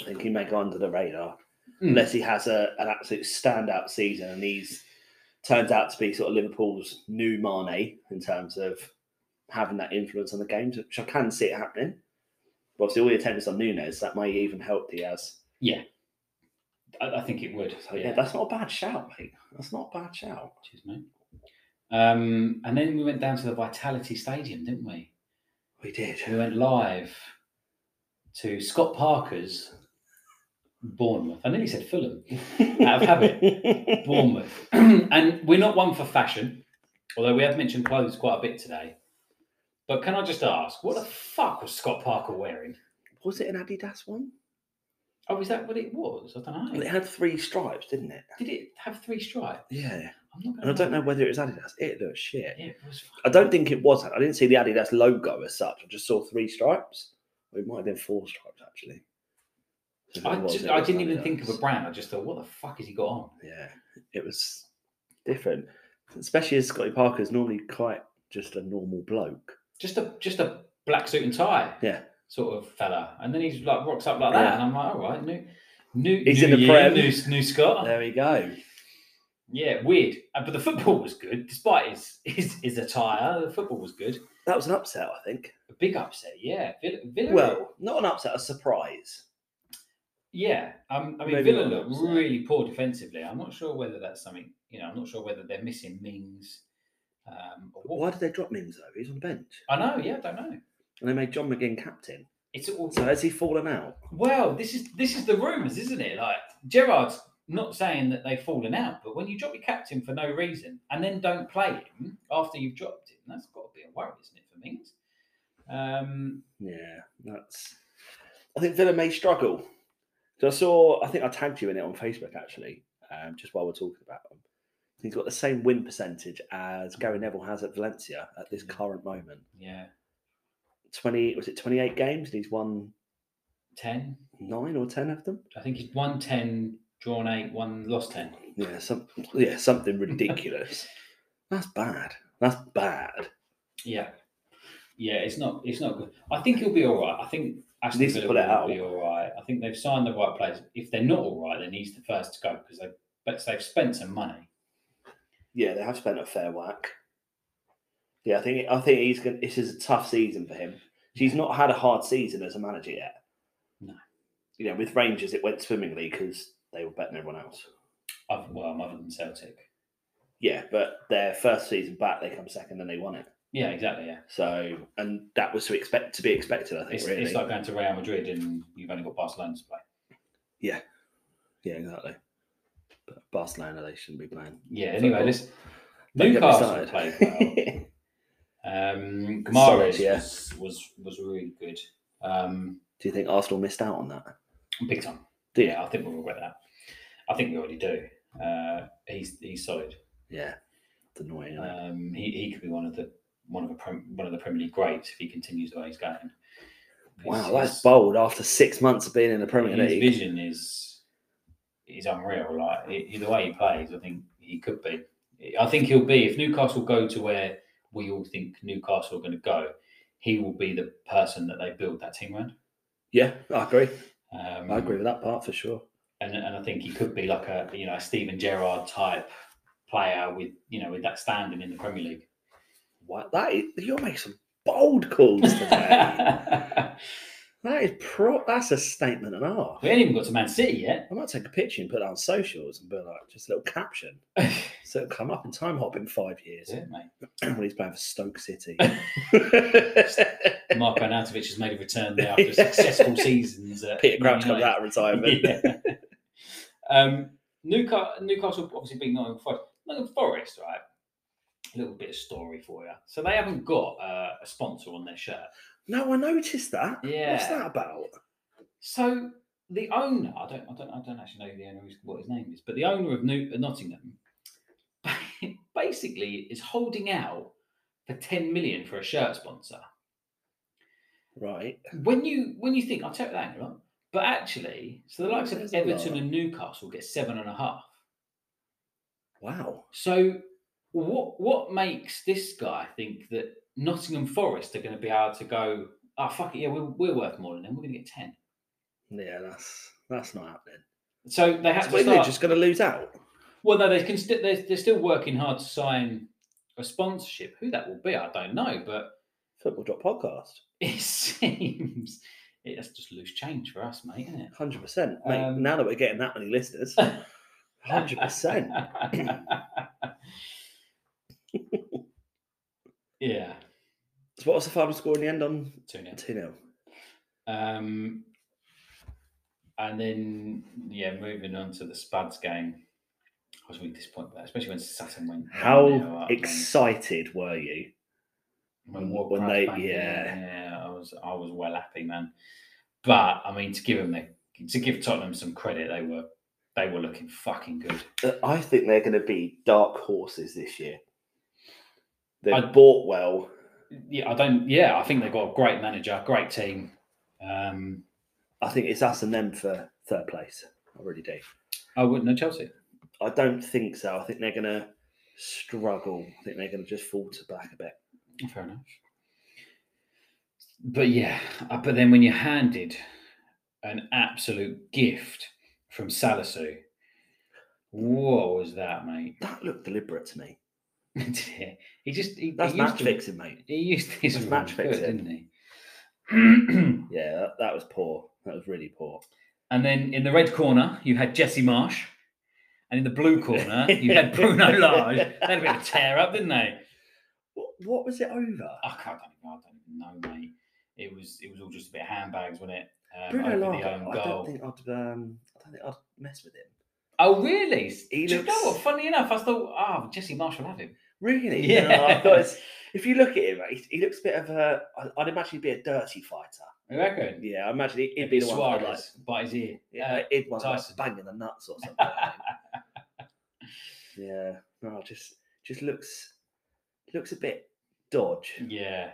Speaker 2: I think he may go under the radar
Speaker 3: Mm.
Speaker 2: unless he has a, an absolute standout season and he's turns out to be sort of Liverpool's new Mane in terms of having that influence on the games, which I can see it happening. But obviously, all the attention's on Nunes. That may even help Diaz.
Speaker 3: yeah. I, I think it would.
Speaker 2: So, yeah, that's not a bad shout, mate. That's not a bad shout.
Speaker 3: Cheers, mate. Um, and then we went down to the Vitality Stadium, didn't we?
Speaker 2: We did.
Speaker 3: We went live to Scott Parker's Bournemouth. I nearly said Fulham out
Speaker 2: <laughs>
Speaker 3: of habit. Bournemouth. <clears throat> and we're not one for fashion, although we have mentioned clothes quite a bit today. But can I just ask, what the fuck was Scott Parker wearing?
Speaker 2: Was it an Adidas one?
Speaker 3: Oh, is that what it was? I don't know.
Speaker 2: It had three stripes, didn't it?
Speaker 3: Did it have three stripes?
Speaker 2: Yeah.
Speaker 3: I'm not
Speaker 2: And I don't know whether it was Adidas. It looked shit.
Speaker 3: Hmm. Yeah, it was fucking-
Speaker 2: I don't think it was. I didn't see the Adidas logo as such. I just saw three stripes. Or It might have been four stripes actually. If it
Speaker 3: I,
Speaker 2: was,
Speaker 3: just,
Speaker 2: it
Speaker 3: I
Speaker 2: was
Speaker 3: didn't even think of a
Speaker 2: Adidas.
Speaker 3: brand. I just thought, what the fuck has he got on?
Speaker 2: Yeah, it was different, especially as Scotty Parker's normally quite just a normal bloke.
Speaker 3: Just a just a black suit and tie
Speaker 2: Yeah,
Speaker 3: sort of fella, and then he's like rocks up like that,
Speaker 2: Yeah.
Speaker 3: and I'm like, all right, new, new,
Speaker 2: He's
Speaker 3: new
Speaker 2: in the
Speaker 3: year,
Speaker 2: Prem.
Speaker 3: new, new Scott.
Speaker 2: there we go.
Speaker 3: Yeah, weird. Uh, But the football was good, despite his <laughs> his, his attire. The football was good.
Speaker 2: That was an upset, I think.
Speaker 3: A big upset, yeah. Villa, Villa
Speaker 2: Well, not an upset, a surprise.
Speaker 3: yeah. Um, I mean,
Speaker 2: maybe
Speaker 3: Villa
Speaker 2: not an
Speaker 3: looked
Speaker 2: upset.
Speaker 3: really poor defensively. I'm not sure whether that's something. You know, I'm not sure whether they're missing Mings. Um, or what.
Speaker 2: Why did they drop Mims though? He's on the bench,
Speaker 3: I know. Yeah, I don't know.
Speaker 2: and they made John McGinn captain.
Speaker 3: It's all
Speaker 2: So has he fallen out?
Speaker 3: Well, this is this is the rumours, isn't it? Like Gerard's not saying that they've fallen out, but when you drop your captain for no reason and then don't play him after you've dropped him, that's got to be a worry, isn't it, for Mings? Um,
Speaker 2: Yeah, that's. I think Villa may struggle. So I saw. I think I tagged you in it on Facebook actually, um, just while we're talking about him. He's got the same win percentage as Gary Neville has at Valencia at this current moment.
Speaker 3: yeah,
Speaker 2: Twenty was it twenty eight games? And he's won
Speaker 3: ten.
Speaker 2: nine or ten of them.
Speaker 3: I think he's won ten, drawn eight, one lost ten.
Speaker 2: Yeah, some yeah something ridiculous. that's bad. That's bad.
Speaker 3: Yeah, yeah, it's not it's not good. I think he'll be all right. I think Aston
Speaker 2: Needs to
Speaker 3: Villa
Speaker 2: pull it
Speaker 3: will be
Speaker 2: out.
Speaker 3: all right. I think they've signed the right players. If they're not all right, then he's the first to go because they but they've spent some money.
Speaker 2: Yeah, they have spent a fair whack. Yeah, I think I think he's going. to This is a tough season for him. He's not had a hard season as a manager yet.
Speaker 3: No.
Speaker 2: You know, with Rangers, it went swimmingly because they were better than everyone else.
Speaker 3: Other, well, other than Celtic.
Speaker 2: Yeah, but their first season back, they come second and they won it.
Speaker 3: Yeah, exactly. Yeah,
Speaker 2: So, and that was to expect to be expected. I think
Speaker 3: it's,
Speaker 2: really.
Speaker 3: it's like going to Real Madrid and you've only got Barcelona to play.
Speaker 2: yeah, yeah, exactly. But Barcelona, they shouldn't be playing.
Speaker 3: Yeah. Anyway,
Speaker 2: football.
Speaker 3: listen.
Speaker 2: Don't get me
Speaker 3: Newcastle
Speaker 2: started.
Speaker 3: played well.
Speaker 2: <laughs>
Speaker 3: Um,
Speaker 2: Solid,
Speaker 3: Kamara
Speaker 2: yeah.
Speaker 3: was, was was really good. Um,
Speaker 2: Do you think Arsenal missed out on that?
Speaker 3: big time.
Speaker 2: Do you?
Speaker 3: Yeah, I think we'll regret that. I think we already do. Uh, he's he's solid.
Speaker 2: Yeah, it's annoying. isn't it?
Speaker 3: Um, he, he could be one of the one of the prem, one of the Premier League greats if he continues the way he's going.
Speaker 2: Wow,
Speaker 3: His-
Speaker 2: that's
Speaker 3: his-
Speaker 2: bold after six months of being in the Premier
Speaker 3: His
Speaker 2: League.
Speaker 3: vision is is unreal. Like i- the way he plays, I think he could be. I think he'll be if Newcastle go to where we all think Newcastle are going to go. He will be the person that they build that team around.
Speaker 2: Yeah, I agree.
Speaker 3: Um,
Speaker 2: I agree with that part for sure.
Speaker 3: and and I think he could be like a you know a Steven Gerrard type player with you know with that standing in the
Speaker 2: <laughs>
Speaker 3: Premier League.
Speaker 2: What that is, you're making some bold
Speaker 3: <laughs>
Speaker 2: calls today. that is pro. That's a statement and a half.
Speaker 3: Um, we ain't even got to Man City yet.
Speaker 2: I might take a picture and put it on socials and be like just a little
Speaker 3: <laughs>
Speaker 2: caption, so it'll come up in time hop in five years
Speaker 3: Is it, mate?
Speaker 2: <clears throat> when he's playing for Stoke
Speaker 3: <laughs>
Speaker 2: City.
Speaker 3: Marko Arnautovic has made a return
Speaker 2: <laughs>
Speaker 3: there after successful seasons. At
Speaker 2: Peter
Speaker 3: Man
Speaker 2: Crouch comes
Speaker 3: United.
Speaker 2: out of retirement.
Speaker 3: <laughs> Yeah. um, Newcastle, Newcastle obviously being Nottingham Forest. Nottingham Forest, right? A little bit of story for you. So they haven't got uh, a sponsor on their shirt.
Speaker 2: No, I noticed that. What's
Speaker 3: Yeah.
Speaker 2: that about?
Speaker 3: So the owner, I don't, I don't, I don't actually know who the owner is, what his name is, but the owner of New, Nottingham <laughs> basically is holding out for ten million for a shirt sponsor.
Speaker 2: Right.
Speaker 3: When you when you think I'll take that angle, but actually, so the likes
Speaker 2: There's
Speaker 3: of
Speaker 2: a lot.
Speaker 3: Everton and Newcastle get seven and a half.
Speaker 2: Wow.
Speaker 3: So what what makes this guy think that Nottingham Forest are going to be able to go? Oh fuck it, yeah, we're, we're worth more than them. We're going to get ten.
Speaker 2: Yeah, that's that's not happening.
Speaker 3: So they have
Speaker 2: So
Speaker 3: to
Speaker 2: what, they're
Speaker 3: start.
Speaker 2: just going to lose out.
Speaker 3: Well, no, they can st- they're, they're still working hard to sign a sponsorship. Who that will be, I don't know, but <laughs>
Speaker 2: Football Drop Podcast.
Speaker 3: it seems it, that's just loose change for us, mate, isn't it?
Speaker 2: Hundred percent, mate.
Speaker 3: Um,
Speaker 2: now that we're getting that
Speaker 3: <laughs>
Speaker 2: many listeners, hundred percent.
Speaker 3: Yeah,
Speaker 2: So what was the final score in the end on
Speaker 3: 2 0.
Speaker 2: 2 0?
Speaker 3: Um, and then, yeah, moving on to the Spuds game. I was really disappointed by that, especially when Saturn went. down,
Speaker 2: How
Speaker 3: uh,
Speaker 2: excited were you?
Speaker 3: when,
Speaker 2: when
Speaker 3: Warcraft
Speaker 2: they-
Speaker 3: back in,
Speaker 2: yeah.
Speaker 3: yeah, I was I was well happy, man. But I mean, to give them the, to give Tottenham some credit, they were they were looking fucking good.
Speaker 2: Uh, I think they're going to be dark horses this year. They've
Speaker 3: I-
Speaker 2: bought well.
Speaker 3: Yeah, I don't. Yeah, I think they've got a great manager, great team. Um,
Speaker 2: I think it's us and them for third place. I really do.
Speaker 3: I wouldn't know oh, Chelsea.
Speaker 2: I don't think so. I think they're going to struggle. I think they're going to just fall to back a bit.
Speaker 3: Fair enough. But yeah, uh, but then when you're handed an absolute gift from Salisu, what was that, mate? <laughs>
Speaker 2: That looked deliberate to me.
Speaker 3: he just he,
Speaker 2: That's
Speaker 3: he used
Speaker 2: match
Speaker 3: to-
Speaker 2: fixing, mate.
Speaker 3: He used his
Speaker 2: That's
Speaker 3: match
Speaker 2: match
Speaker 3: good,
Speaker 2: fixing.
Speaker 3: didn't he?
Speaker 2: Yeah, that, that was poor. That was really poor.
Speaker 3: and then in the red corner, you had Jesse Marsh. And in the blue corner, you
Speaker 2: <laughs>
Speaker 3: had Bruno Large. They had a bit of a tear up, didn't they?
Speaker 2: What, what was it over?
Speaker 3: I can't, I don't, I don't know, mate. It was it was all just a bit of handbags, wasn't it? Um,
Speaker 2: Bruno
Speaker 3: over the
Speaker 2: Lage,
Speaker 3: own
Speaker 2: I
Speaker 3: goal.
Speaker 2: don't think I'd. Um, I don't think I'd mess with him.
Speaker 3: Oh, really?
Speaker 2: He
Speaker 3: Do you know
Speaker 2: looks-
Speaker 3: what? Funny enough, I thought, oh, Jesse Marsh will have him.
Speaker 2: Really?
Speaker 3: Yeah.
Speaker 2: No, I thought it's, if you look at him, he, he looks a bit of a. I- I'd imagine he'd be a dirty fighter.
Speaker 3: I reckon.
Speaker 2: Yeah, I imagine he- he'd
Speaker 3: It'd
Speaker 2: be
Speaker 3: be
Speaker 2: the one. that, Like,
Speaker 3: Suarez by his ear.
Speaker 2: yeah,
Speaker 3: Uh,
Speaker 2: he'd want like,
Speaker 3: Tyson.
Speaker 2: banging the nuts or something. I think. yeah. No, just just looks looks a bit dodge.
Speaker 3: Uh, Yeah.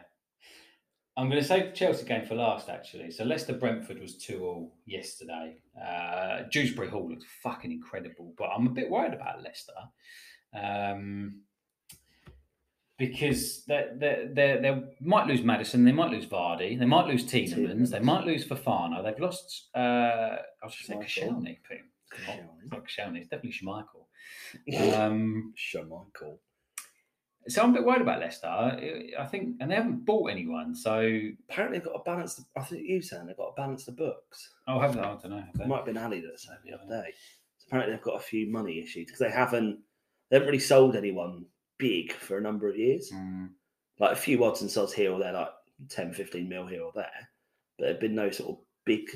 Speaker 3: I'm going to save the Chelsea game for last, actually. So Leicester Brentford was 2 all yesterday. Uh, Dewsbury Hall looked fucking incredible, but I'm a bit worried about Leicester um, because they they they they might lose Madison, they might lose Vardy, they might lose Tielemans, they might lose Fafana. They've lost. Uh, I was just saying
Speaker 2: Schmeichel.
Speaker 3: Koscielny. Pete. It's not- it's not Koscielny, Oh, it's definitely Schmeichel.
Speaker 2: Yeah.
Speaker 3: Um,
Speaker 2: Schmeichel.
Speaker 3: so I'm a bit worried about Leicester. I I think, and they haven't bought anyone, so
Speaker 2: Apparently, they've got to balance. The, I think you were saying they've got to balance the books.
Speaker 3: I'll have that. oh, I don't know.
Speaker 2: It might have been Ali that said the other day. So apparently, they've got a few money issues because they haven't they haven't really sold anyone big for a number of years.
Speaker 3: Hmm.
Speaker 2: Like a few odds and sods here or there, like 10, 15 mil here or there. But there've been no sort of big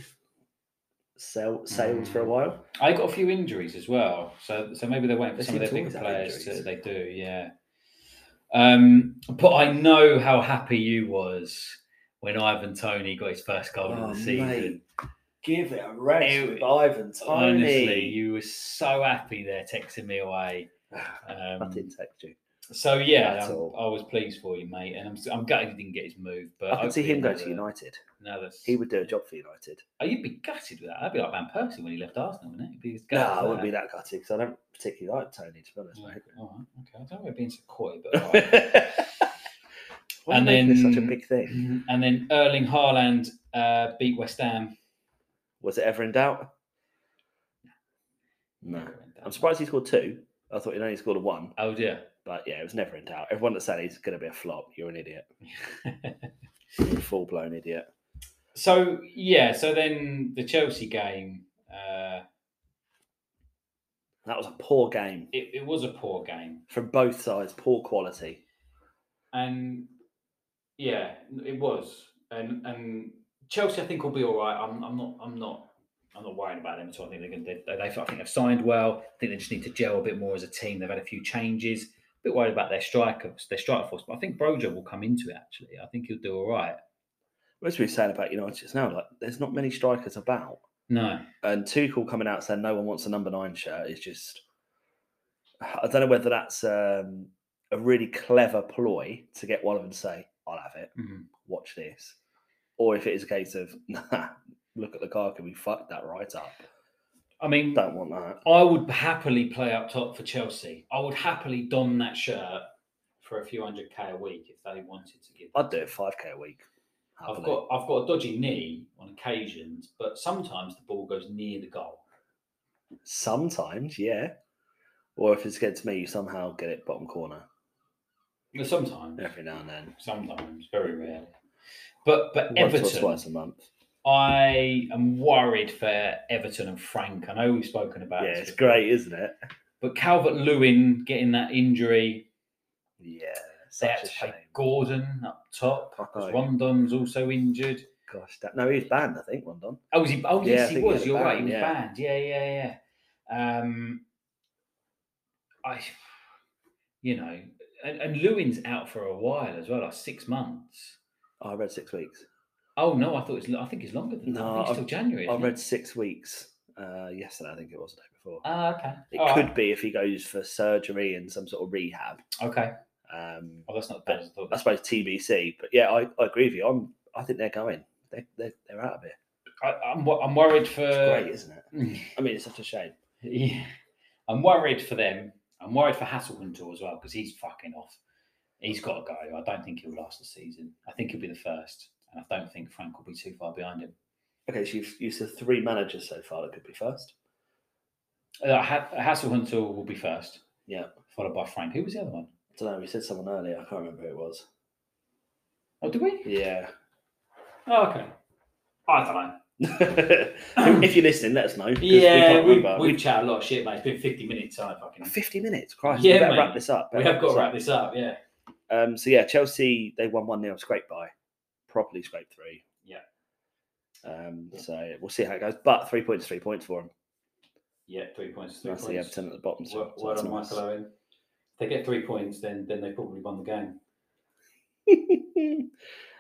Speaker 2: sell, sales
Speaker 3: Hmm.
Speaker 2: for a while.
Speaker 3: I got a few injuries as well, so so maybe they're waiting for
Speaker 2: They
Speaker 3: some of their
Speaker 2: seem to
Speaker 3: bigger
Speaker 2: always
Speaker 3: players.
Speaker 2: have
Speaker 3: To,
Speaker 2: injuries.
Speaker 3: they do, yeah. Um, but I know how happy you was when Ivan Tony got his first goal
Speaker 2: Oh,
Speaker 3: of the season.
Speaker 2: give it a rest
Speaker 3: Ew.
Speaker 2: with Ivan Tony.
Speaker 3: Honestly, you were so happy there, texting me away.
Speaker 2: I
Speaker 3: Um,
Speaker 2: didn't text you.
Speaker 3: so yeah,
Speaker 2: That's
Speaker 3: I'm-
Speaker 2: all.
Speaker 3: I was pleased for you, mate, and I'm s- I'm gutted he didn't get his move. But
Speaker 2: I can see
Speaker 3: hopefully
Speaker 2: him go to
Speaker 3: another-
Speaker 2: United.
Speaker 3: another s-
Speaker 2: He would do a job for United.
Speaker 3: Oh, you'd be gutted with that. That'd be like Van Persie when he left Arsenal, wouldn't it? You'd be as
Speaker 2: No,
Speaker 3: gutted Hmm.
Speaker 2: I
Speaker 3: for
Speaker 2: wouldn't be that gutted because I don't particularly like Tony, to be honest.
Speaker 3: All
Speaker 2: mate.
Speaker 3: right, okay. I don't know why we're being so coy, but all
Speaker 2: <laughs>
Speaker 3: right.
Speaker 2: Why
Speaker 3: And
Speaker 2: make this such a
Speaker 3: then-
Speaker 2: big thing.
Speaker 3: and then Erling Haaland uh, beat West Ham.
Speaker 2: Was it ever in doubt? No.
Speaker 3: Never in doubt.
Speaker 2: I'm surprised he scored two. I thought he'd only scored a one,
Speaker 3: Oh dear.
Speaker 2: but yeah, it was never in doubt. Everyone that said he's going to be a flop, you're an
Speaker 3: <laughs>
Speaker 2: idiot. You're a full blown idiot.
Speaker 3: so yeah, so then the Chelsea game. Uh,
Speaker 2: That was a poor game
Speaker 3: it, it was a poor game,
Speaker 2: from both sides, poor quality.
Speaker 3: and yeah, it was. And and Chelsea, I think, will be all right. I'm, I'm not. I'm not. I'm not worried about them at all. I think they're going to. They, they, I think they've signed well. I think they just need to gel a bit more as a team. They've had a few changes. A bit worried about their strikers, their striker force, but I think Brojo will come into it. Actually, I think he'll do all right.
Speaker 2: As we were saying about United just now, like there's not many strikers about.
Speaker 3: No,
Speaker 2: and Tuchel coming out saying no one wants a number nine shirt is just. I don't know whether that's um, a really clever ploy to get one of them to say, "I'll have it,
Speaker 3: Mhm.
Speaker 2: watch this," or if it is a case of, <laughs> nah, "Look at the car, can we fuck that right up?
Speaker 3: I mean,
Speaker 2: Don't want that."
Speaker 3: I would happily play up top for Chelsea. I would happily don that shirt for a few hundred k a week if they wanted to give.
Speaker 2: I'd do it five k a week.
Speaker 3: I've
Speaker 2: happily.
Speaker 3: got I've got a dodgy knee on occasions, but sometimes the ball goes near the goal.
Speaker 2: sometimes, yeah. Or if it's against me, you somehow get it bottom corner
Speaker 3: Well, Sometimes,
Speaker 2: every now and then,
Speaker 3: sometimes, very rarely. But but
Speaker 2: once or
Speaker 3: Everton,
Speaker 2: twice a month.
Speaker 3: I am worried for Everton and Frank. I know we've spoken about
Speaker 2: Yeah,
Speaker 3: this
Speaker 2: it's
Speaker 3: before,
Speaker 2: great, isn't it?
Speaker 3: but Calvert Lewin getting that injury
Speaker 2: Yeah,
Speaker 3: They
Speaker 2: such
Speaker 3: had
Speaker 2: a
Speaker 3: to
Speaker 2: shame.
Speaker 3: play Gordon up top. 'cause
Speaker 2: Popeye.
Speaker 3: Rondon's also injured.
Speaker 2: Gosh, that, no, he was banned, I think, one done.
Speaker 3: Oh, was he? Oh,
Speaker 2: Yeah, I
Speaker 3: yes, he
Speaker 2: think he
Speaker 3: was.
Speaker 2: had a
Speaker 3: You're right.
Speaker 2: ban,
Speaker 3: He was
Speaker 2: yeah.
Speaker 3: banned. Yeah, yeah, yeah. Um, I, you know, and, and Lewin's out for a while as well, like six months.
Speaker 2: Oh, I read six weeks.
Speaker 3: Oh no, I thought it's. I think it's longer than that. I
Speaker 2: No,
Speaker 3: think it's
Speaker 2: I've-
Speaker 3: till January.
Speaker 2: Oh, I
Speaker 3: isn't it?
Speaker 2: read six weeks uh, yesterday, I think it was the day before.
Speaker 3: Ah, okay.
Speaker 2: it
Speaker 3: All
Speaker 2: could
Speaker 3: right.
Speaker 2: be if he goes for surgery and some sort of rehab.
Speaker 3: Okay.
Speaker 2: Um,
Speaker 3: Oh, that's not as bad as I thought.
Speaker 2: I suppose TBC, but yeah, I, I agree with you. I'm, I think they're going. They, they're, they're out of it.
Speaker 3: I, I'm, wo- I'm worried for.
Speaker 2: It's great, isn't it?
Speaker 3: mm.
Speaker 2: I mean, it's such a shame.
Speaker 3: <laughs> Yeah. I'm worried for them. I'm worried for Hasselhunter as well because he's fucking off. He's got to go. I don't think he'll last the season. I think he'll be the first, and I don't think Frank will be too far behind him.
Speaker 2: Okay, so you've used the three managers so far that could be first.
Speaker 3: Uh, Ha- Hasselhunter will be first,
Speaker 2: Yeah.
Speaker 3: followed by Frank. Who was the other one?
Speaker 2: I don't know. We said someone earlier. I can't remember who it was.
Speaker 3: Oh, did we?
Speaker 2: Yeah. <laughs>
Speaker 3: Oh, okay. I don't know.
Speaker 2: if you're listening, let us know. 'cause
Speaker 3: Yeah,
Speaker 2: can't
Speaker 3: we,
Speaker 2: remember.
Speaker 3: we've chatted a lot of shit, mate. It's been 50 minutes. I fucking.
Speaker 2: 50 minutes. Christ,
Speaker 3: Yeah,
Speaker 2: we better
Speaker 3: mate.
Speaker 2: wrap this up.
Speaker 3: We
Speaker 2: better
Speaker 3: have got to wrap this up, yeah.
Speaker 2: Um, so yeah, Chelsea they won one 0 scrape by, properly scrape three.
Speaker 3: Yeah.
Speaker 2: Um, so we'll see how it goes. But three points, three points for them.
Speaker 3: Yeah, three points. Three
Speaker 2: That's the
Speaker 3: points.
Speaker 2: Everton at the bottom. So,
Speaker 3: Word,
Speaker 2: so
Speaker 3: word
Speaker 2: that's
Speaker 3: on
Speaker 2: nice.
Speaker 3: Michael Owen. If they get three points, then then they probably won the game.
Speaker 2: <laughs>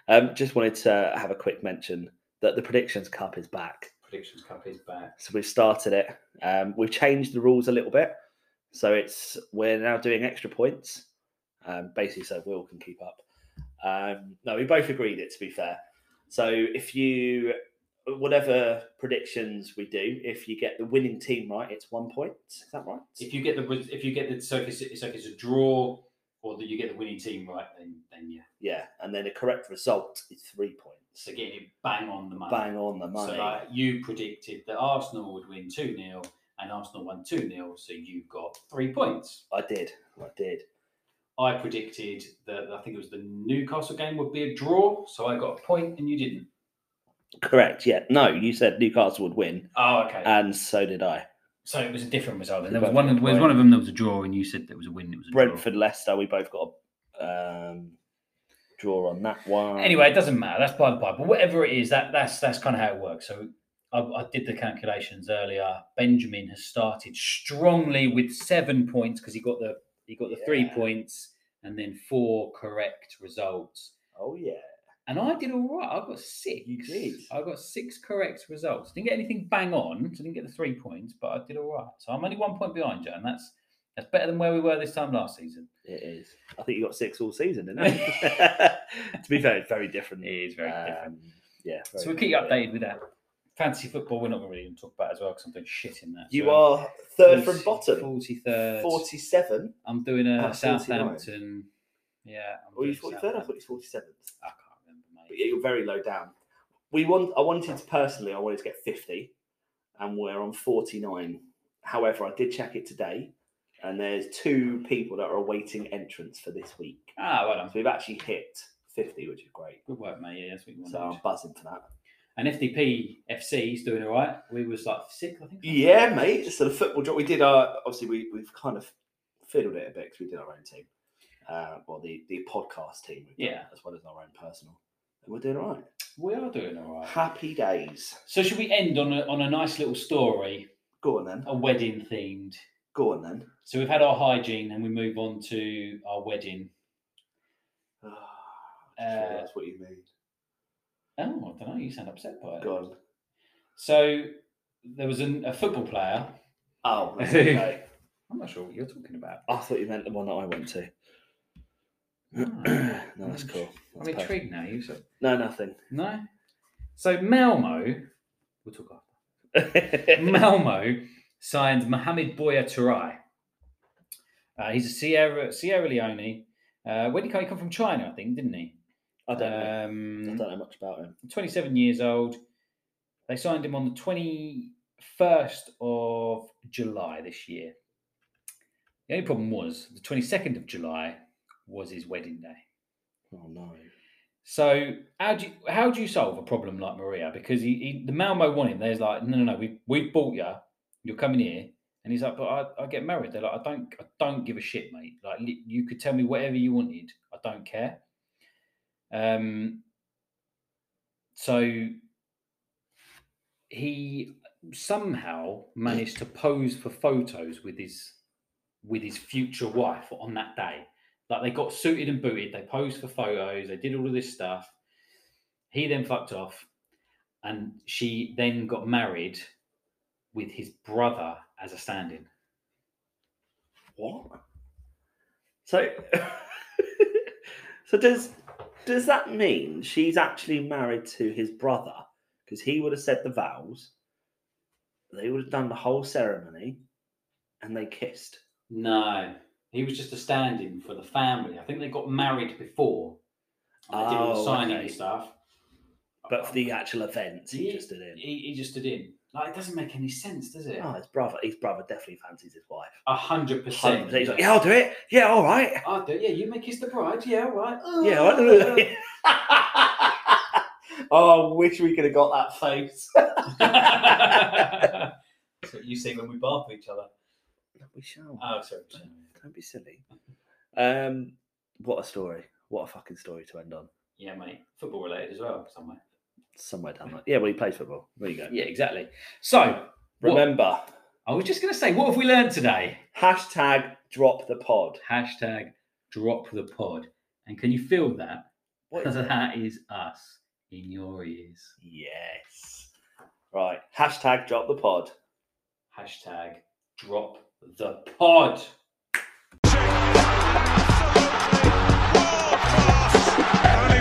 Speaker 2: um, just wanted to have a quick mention that the predictions cup is back.
Speaker 3: Predictions Cup is back.
Speaker 2: So we've started it. Um, we've changed the rules a little bit. So it's we're now doing extra points, um, basically so Will can keep up. Um, no, we both agreed it. To be fair, so if you whatever predictions we do, if you get the winning team right, it's one point. Is that right?
Speaker 3: If you get the res- if you get the so if it's, so if it's a draw or that you get the winning team right, then then yeah.
Speaker 2: Yeah, and then the correct result is three points.
Speaker 3: So getting it bang on the money.
Speaker 2: Bang on the money.
Speaker 3: So like you predicted that Arsenal would win two 0 and Arsenal won two 0 so you got three points.
Speaker 2: I did. I did.
Speaker 3: I predicted that I think it was the Newcastle game would be a draw, so I got a point and you didn't.
Speaker 2: Correct. Yeah. No, you said Newcastle would win,
Speaker 3: Oh, okay.
Speaker 2: and so did I.
Speaker 3: so it was a different result. And
Speaker 2: You
Speaker 3: there was
Speaker 2: both
Speaker 3: one.
Speaker 2: got a
Speaker 3: There was
Speaker 2: point.
Speaker 3: one of them that was a draw, and you said that was a win. It was a draw.
Speaker 2: Brentford, Leicester. We both got a um, draw on that one.
Speaker 3: Anyway, it doesn't matter. That's by the by. But whatever it is, that that's that's kind of how it works. So I, I did the calculations earlier. Benjamin has started strongly with seven points because he got the he got the three
Speaker 2: Yeah.
Speaker 3: points and then four correct results.
Speaker 2: Oh yeah.
Speaker 3: And I did all right. I got six.
Speaker 2: You did.
Speaker 3: I got six correct results. Didn't get anything bang on. So I didn't get the three points, but I did all right. So I'm only one point behind you, and that's that's better than where we were this time last season.
Speaker 2: It is. I think you got six all season,
Speaker 3: <laughs>
Speaker 2: didn't you? <laughs> to be fair, it's very different. Um,
Speaker 3: It is very different.
Speaker 2: Yeah.
Speaker 3: So
Speaker 2: very
Speaker 3: we'll keep you
Speaker 2: different, yeah.
Speaker 3: updated with that. Fantasy football, we're not really going to talk about as well because I'm doing shit in that.
Speaker 2: You
Speaker 3: so-
Speaker 2: are third from
Speaker 3: 40
Speaker 2: bottom. Ah,
Speaker 3: 43rd.
Speaker 2: 47.
Speaker 3: I'm doing
Speaker 2: out
Speaker 3: a
Speaker 2: of 49.
Speaker 3: Southampton. Yeah. I'm
Speaker 2: Were you 43rd?
Speaker 3: doing
Speaker 2: Oh, I
Speaker 3: Southampton.
Speaker 2: thought you were 47th.
Speaker 3: I can't remember, mate.
Speaker 2: But yeah, you're very low down. We want. I wanted to personally. I wanted to get 50, and we're on 49. However, I did check it today, and there's two people that are awaiting entrance for this week.
Speaker 3: Ah, well
Speaker 2: So
Speaker 3: done.
Speaker 2: we've actually hit 50, which is great.
Speaker 3: Good work, mate. Yeah, that's what you want.
Speaker 2: So I'm buzzing for that.
Speaker 3: and FDP FC is doing all right. We was like sixth, I think.
Speaker 2: Yeah, mate. So the football drop we did our obviously we we've kind of fiddled it a bit because we did our own team, uh, well the the podcast team, we've done,
Speaker 3: Yeah.
Speaker 2: as well as our own personal. And we're doing all right.
Speaker 3: We are doing all right.
Speaker 2: Happy days.
Speaker 3: So should we end on a, on a nice little story,
Speaker 2: Go on then.
Speaker 3: a wedding themed?
Speaker 2: Go on then.
Speaker 3: So we've had our hygiene and we move on to our wedding.
Speaker 2: <sighs>
Speaker 3: Uh,
Speaker 2: that's what you mean.
Speaker 3: Oh, I don't know. You sound upset by it.
Speaker 2: Go on.
Speaker 3: So there was an, a football player.
Speaker 2: <laughs> Oh, that's okay.
Speaker 3: I'm not sure what you're talking about.
Speaker 2: I thought you meant the one that I went to. <clears throat>
Speaker 3: Ah.
Speaker 2: Hmm. no, Oh, that's cool.
Speaker 3: I'm
Speaker 2: That's perfect.
Speaker 3: intrigued now. You said
Speaker 2: No, nothing. <laughs>
Speaker 3: no. So Malmo, we'll talk after. <laughs> Malmo signed Mohamed Boya Turai. Uh, he's a Sierra Sierra Leone. Uh, where did he come? He come from China, I think, didn't he?
Speaker 2: I don't know. I
Speaker 3: Um,
Speaker 2: don't know much about him.
Speaker 3: 27 years old. They signed him on the 21st of July this year. The only problem was the 22nd of July was his wedding day.
Speaker 2: Oh no.
Speaker 3: So how do you, how do you solve a problem like Maria? Because he, he, the Malmo want him. There's like, no, no, no. We we bought you. You're coming here, And he's like, but I, I get married. They're like, I don't, I don't give a shit, mate. Like li- you could tell me whatever you wanted. I don't care. Um, so he somehow managed to pose for photos with his with his future wife on that day. Like they got suited and booted, they posed for photos, they did all of this stuff. He then fucked off, and she then got married with his brother as a stand-in.
Speaker 2: What? So, <laughs> so does does that mean she's actually married to his brother? Because he would have said the vows, they would have done the whole ceremony, and they kissed.
Speaker 3: No, he was just a stand-in for the family. I think they got married before. And they did all the
Speaker 2: Oh,
Speaker 3: signing
Speaker 2: okay.
Speaker 3: and stuff.
Speaker 2: But for the actual event, he just did it.
Speaker 3: He, he just did in. Like it doesn't make any sense, does it?
Speaker 2: Oh, his brother, his brother definitely fancies his wife.
Speaker 3: A hundred percent.
Speaker 2: 100%. He's like, yeah, I'll do it. Yeah, all right.
Speaker 3: I'll do it. Yeah, you may kiss the bride. Yeah, right.
Speaker 2: Yeah, all
Speaker 3: <laughs>
Speaker 2: right. <laughs> oh, I wish we could have got that
Speaker 3: <laughs>
Speaker 2: face.
Speaker 3: That's what you see when we bark at each other.
Speaker 2: we shall.
Speaker 3: Oh, sorry. sorry.
Speaker 2: Don't be silly. Um, what a story. What a fucking story to end on.
Speaker 3: Yeah, mate. Football related as well, somewhere.
Speaker 2: Somewhere down there. Yeah, well, he plays football. There you go.
Speaker 3: Yeah, exactly. So, what-
Speaker 2: Remember,
Speaker 3: I was just going to say, what have we learned today?
Speaker 2: hashtag drop the pod.
Speaker 3: Hashtag drop the pod. And can you feel that?
Speaker 2: What
Speaker 3: <laughs>
Speaker 2: is it?
Speaker 3: that is us in your ears.
Speaker 2: Yes. Right. Hashtag drop the pod.
Speaker 3: Hashtag drop the pod.
Speaker 1: Only